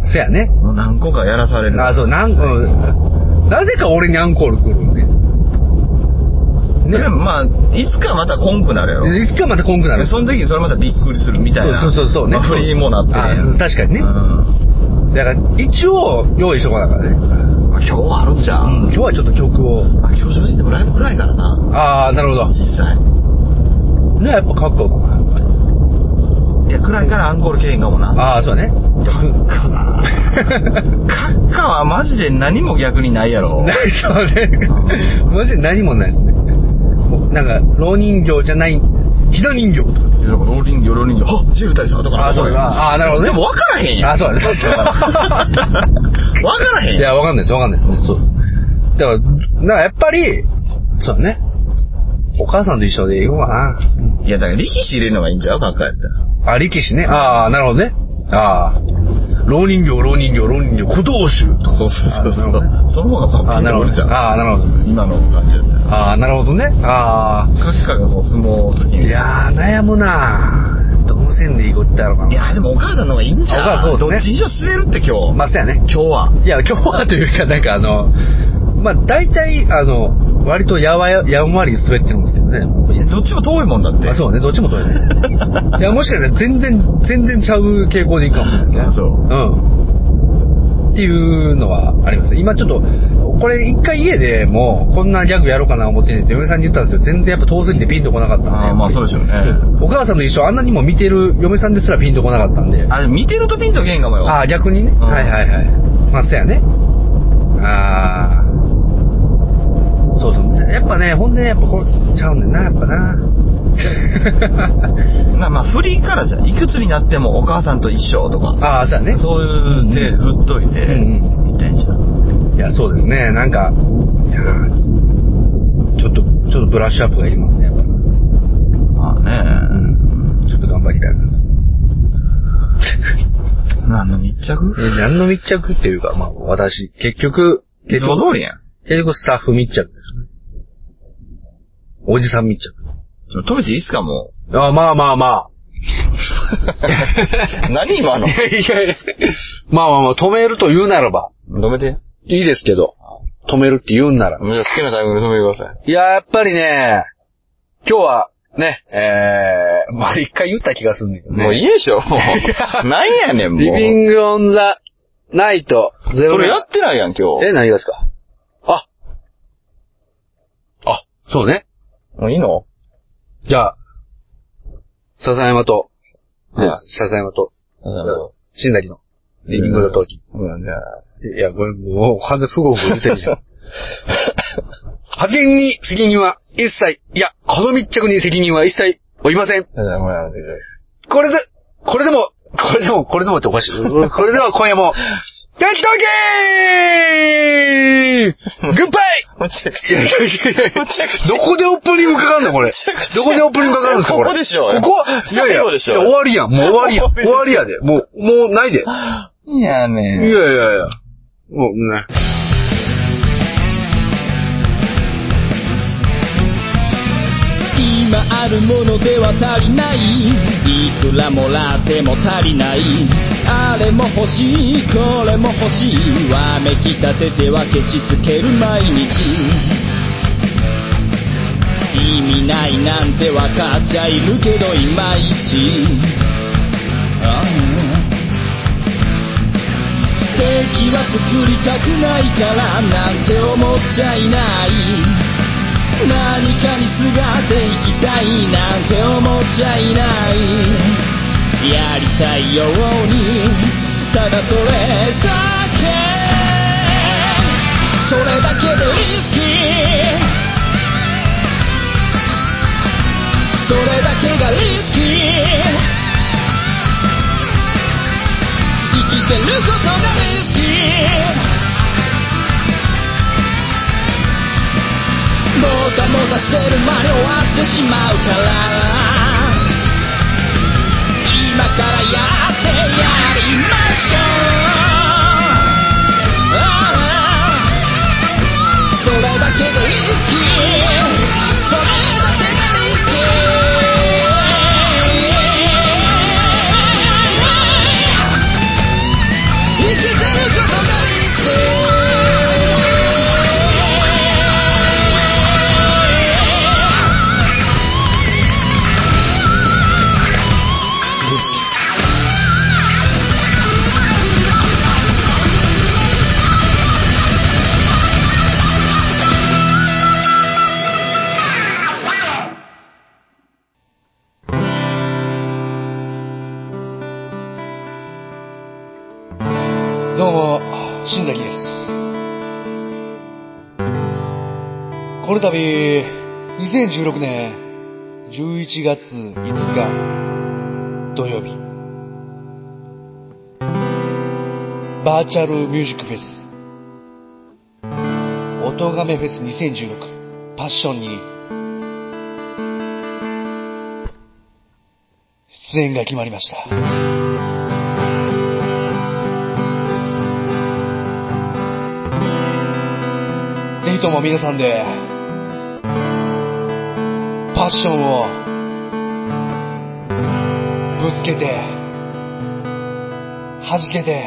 A: そやね。
B: もう何個かやらされる。
A: あ、そう、なん、うん。なぜか俺にアンコール来るんで。ね
B: でもまあ、いつかまたコンプなるやろ。
A: いつかまたこんくなる
B: で。その時にそれまたびっくりするみたいな。
A: そうそうそうそうね
B: まあ振りにもなって
A: あそう確かにね
B: うん
A: だから、一応、用意しとかなあからね。
B: まあ今日はあるんじゃ
A: うん
B: ん。、
A: 今日はちょっと曲を。
B: まあ今日正直でもライブくらいからな。
A: ああ、なるほど。
B: 実際。
A: ね、やっぱかっこよかな。
B: いや、くらいからアンコールけえへんかもな。
A: ああ、そうだね。
B: カッカな。カッカはマジで何も逆にない やろ。
A: 何それ。マジで何もないですね。なんか、老人形じゃない、ひど人形とか。
B: いやだからローリング、ローリング、あジェフ大佐とか。
A: あーそうかあーなるほどね
B: でも分からへんやん。
A: あーそうだね
B: 分からへ
A: い
B: んやん。
A: や、わかんないです、わかんないですね。そう。だから、なんかやっぱり、そうだね。お母さんと一緒で行こうか
B: いや、だから力士入れるのがいいんちゃうカッカやったら。
A: な。あ、力士ね。ああ、なるほどね。ああ。老人形、老人形、老人形、小道衆とか。
B: そうそうそう。そ
A: あなるほどね
B: うその方がパ
A: あ
B: ッ
A: あ、
B: ピン
A: な
B: と
A: る
B: く
A: ほ
B: るじゃ
A: ど。
B: ん。
A: ああ、なるほど。
B: 今の感じやったら。
A: ああ、なるほどね。あ
B: カッカがこう相撲好き
A: あ。いやー、悩むなどの線でいいこったやろうかな。
B: いや、でもお母さんの方がいいんじゃん。
A: お母さんそう
B: ど
A: で
B: っ
A: す
B: ち
A: ね
B: にしろ滑るって今日。
A: まあ、そうやね。
B: 今日は。
A: いや、今日はというか、なんかあの、まあ、大体、あの、割とやわや、やんわり滑ってるんですけどね。
B: いやどっちも遠いもんだって。
A: まあ、そうね、どっちも取れない。いや、もしかしたら全然、全然ちゃう傾向でいくかもしれないですね。
B: あそう
A: うん。っていうのはあります。今ちょっと、これ一回家でも、こんなギャグやろうかな思ってねって、嫁さんに言ったんですよ。全然やっぱ遠すぎてピンとこなかったんで。
B: あーまあそうでしょうね
A: んお母さんの一緒あんなにも見てる嫁さんですらピンとこなかったんで。
B: あ、でも見てるとピンとけんかもよ。
A: ああ、逆にね。
B: ん
A: はいはいはい。まあ、そうやね。ああ。そうそう。やっぱね、ほんでね、やっぱこれ、ちゃうんだよな、やっ ぱな。
B: なまあ、振りからじゃん。いくつになってもお母さんと一緒とか。
A: ああ、そうやね。
B: そういう手振っといて、
A: うん
B: いったんじゃん。
A: いや、そうですね。なんか、いやーちょっと、ちょっとブラッシュアップがいりますね、やっぱ。
B: まあ
A: う
B: ね。
A: ん。ちょっと頑張りたいな。
B: 何の密着
A: え何の密着っていうか、まあ、私、結局、
B: い
A: 結
B: つも
A: 局、
B: 通りやん。
A: 結局スタッフ密着ですね。おじさん密着。
B: ちょ当時いいっすか、も
A: あまあまあま
B: う。何今
A: あ。
B: の
A: いやいやいや。まあまあまあ、止めると言うならば、
B: 止めて。
A: いいですけど、止めるって言うんなら。
B: もう好きなタイミングで止めてください。
A: いや、やっぱりね、今日は、ね、えー、まあ一回言った気がするんだけどね。
B: もういいで しょ、もう。何やねん、もう。
A: リビングオンザナイトゼ
B: そ
A: ロ
B: れやってないやん、今日。
A: え、何がですかあ。あ、そうね。
B: もういいの
A: じゃあ、笹山と、
B: はい
A: ね笹山と、
B: そ
A: しんなりの、リビングのトーキ
B: うん、じゃあ。
A: ー。いや、これ、もう、完全不合不合出てる じゃん。発言に責任は一切、いや、この密着に責任は一切おりません。
B: じゃあ、もうやめて
A: これで、これでも、これでも、これでもっておかしい。これでは今夜も、テッドゲーグッバイ
B: むちゃく
A: い
B: ち
A: やい
B: ゃ。
A: やいやいや
B: むちゃくちゃ。
A: どこでオープニングかかんのこれ。どこでオープニングかかるんですかこれ。
B: ここでしょ
A: ここいやいや。
B: 最後でしょ
A: いや終わりやん。もう終わりやん。終
B: 終
A: わ
B: わ
A: りやで。もう、もうないで。いや
B: いや
A: いやい
B: ね
A: やいや。もうね。
C: 今あるものでは足りないいくらもらっても足りないあれも欲しいこれも欲しいわめきたててはケチつける毎日意味ないなんてわかっちゃいるけどいまいちああ敵は作りたくないからなんて思っちゃいない何かにすがっていきたいなんて思っちゃいないやりたいようにただそれだけそれだけでリスキーそれだけがリスキー生きてることがリスキーもたもたしてる間に終わってしまうから今からやってやりましょうああそれだけがリスキーそれだけがリスキー生きてることがリスキー
A: どうも、新崎です。この度、2016年11月5日土曜日、バーチャルミュージックフェス、おとがめフェス2016パッションに出演が決まりました。ぜひとも皆さんで、パッションを、ぶつけて、弾けて、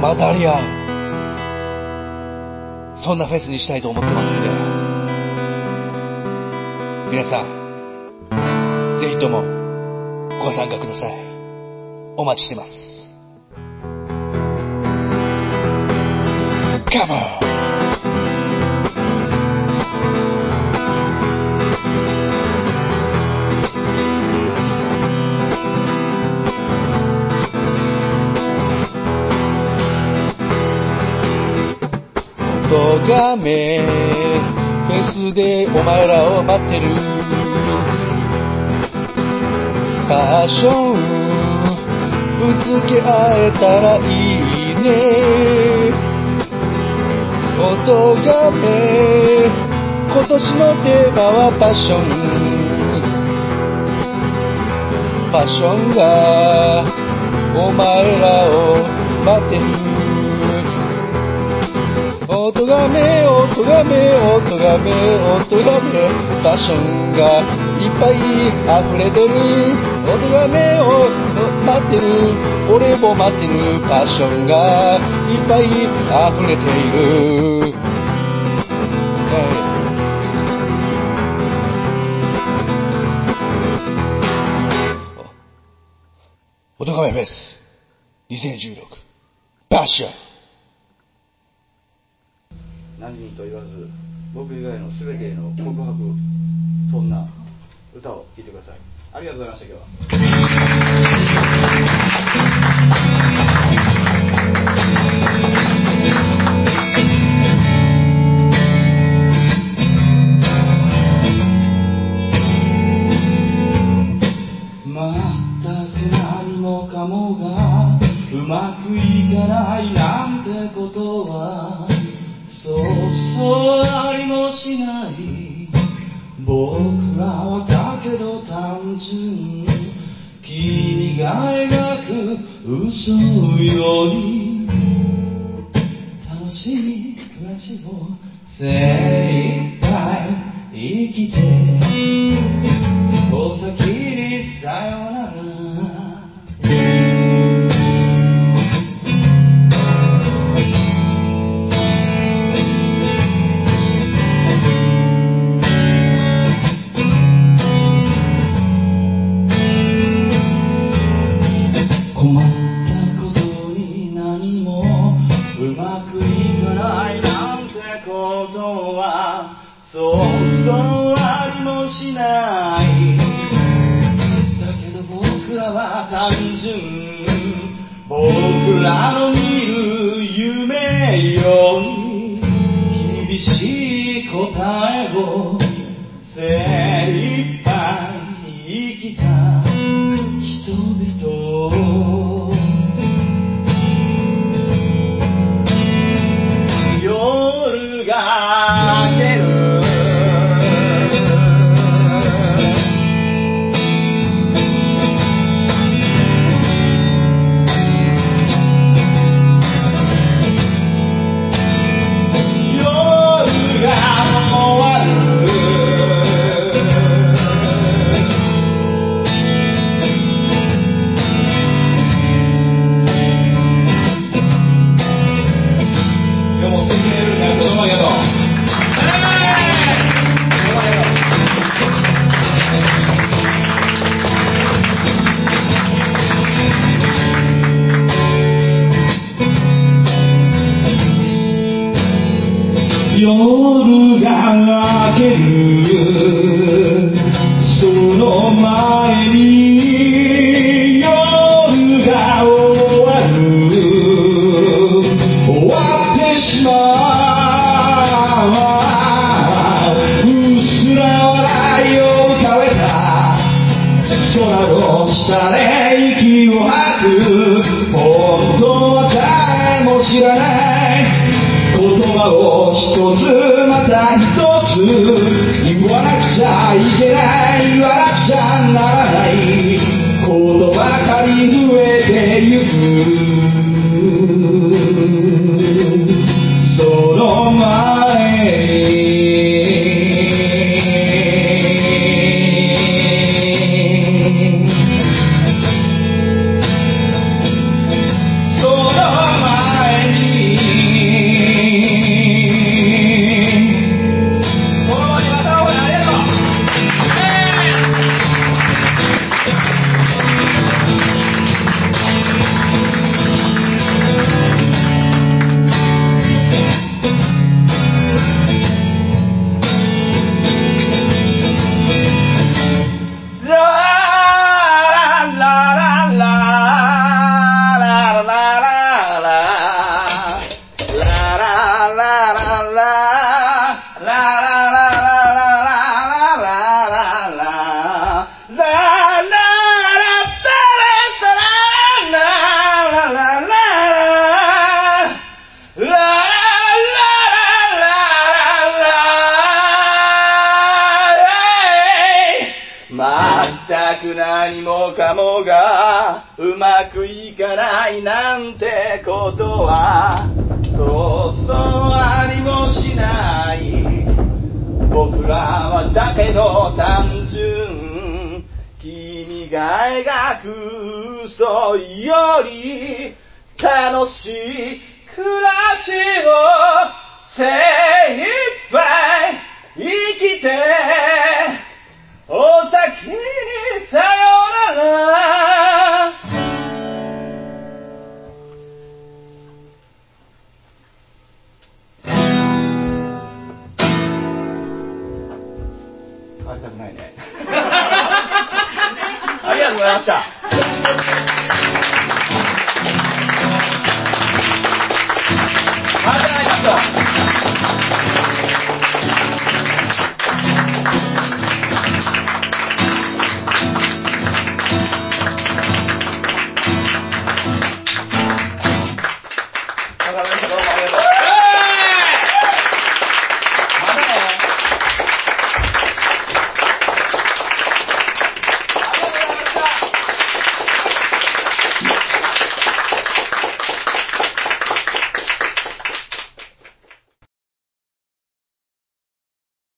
A: 混ざり合う、そんなフェスにしたいと思ってますんで、皆さん、ぜひとも、ご参加ください。お待ちしてます。Come on! とがめフェスでお前らを待ってるパッションぶつけ合えたらいいね
D: 音がめ今年のテーマはパッションパッションがお前らを待ってる音がめ音がめ音がめ音がめパッションがいっぱい溢れてる音がめを待ってる俺も待ってるパッションがいっぱい溢れている、はいおとがめフェス2016バッション
C: 何人と言わず僕以外の全てへの告白そんな歌を聴いてくださいありがとうございました今日は
D: 全く何もかもがうまくいかないなんてことはそうそうありもしない僕らはだけど単純君が描く嘘より楽しい暮らしを精一杯生きてお先にさよなら困ったことに何もうまくいかないなんてことはそうそうありもしないだけど僕らは単純僕らの見る夢より厳しい答えを精一杯生きた人々夜が明ける夜が終わる今日も素敵な夜になることもありがとう。夜が明けるその前に夜が終わる終わってしまううっすら笑いを浮かべた空の下で息を吐く本当は誰も知らない言葉を一つまた一つ言わなくちゃいけない言わなくちゃならないことばかり増えてゆくその前にその前に俺はなく何もかもがうまくいかないなんてことはそうそうありもしない僕らはだけど単純君が描く嘘より楽しい暮らしを精一杯生きてお先にさよならありたくないね ありがとうございましたまた会いましょう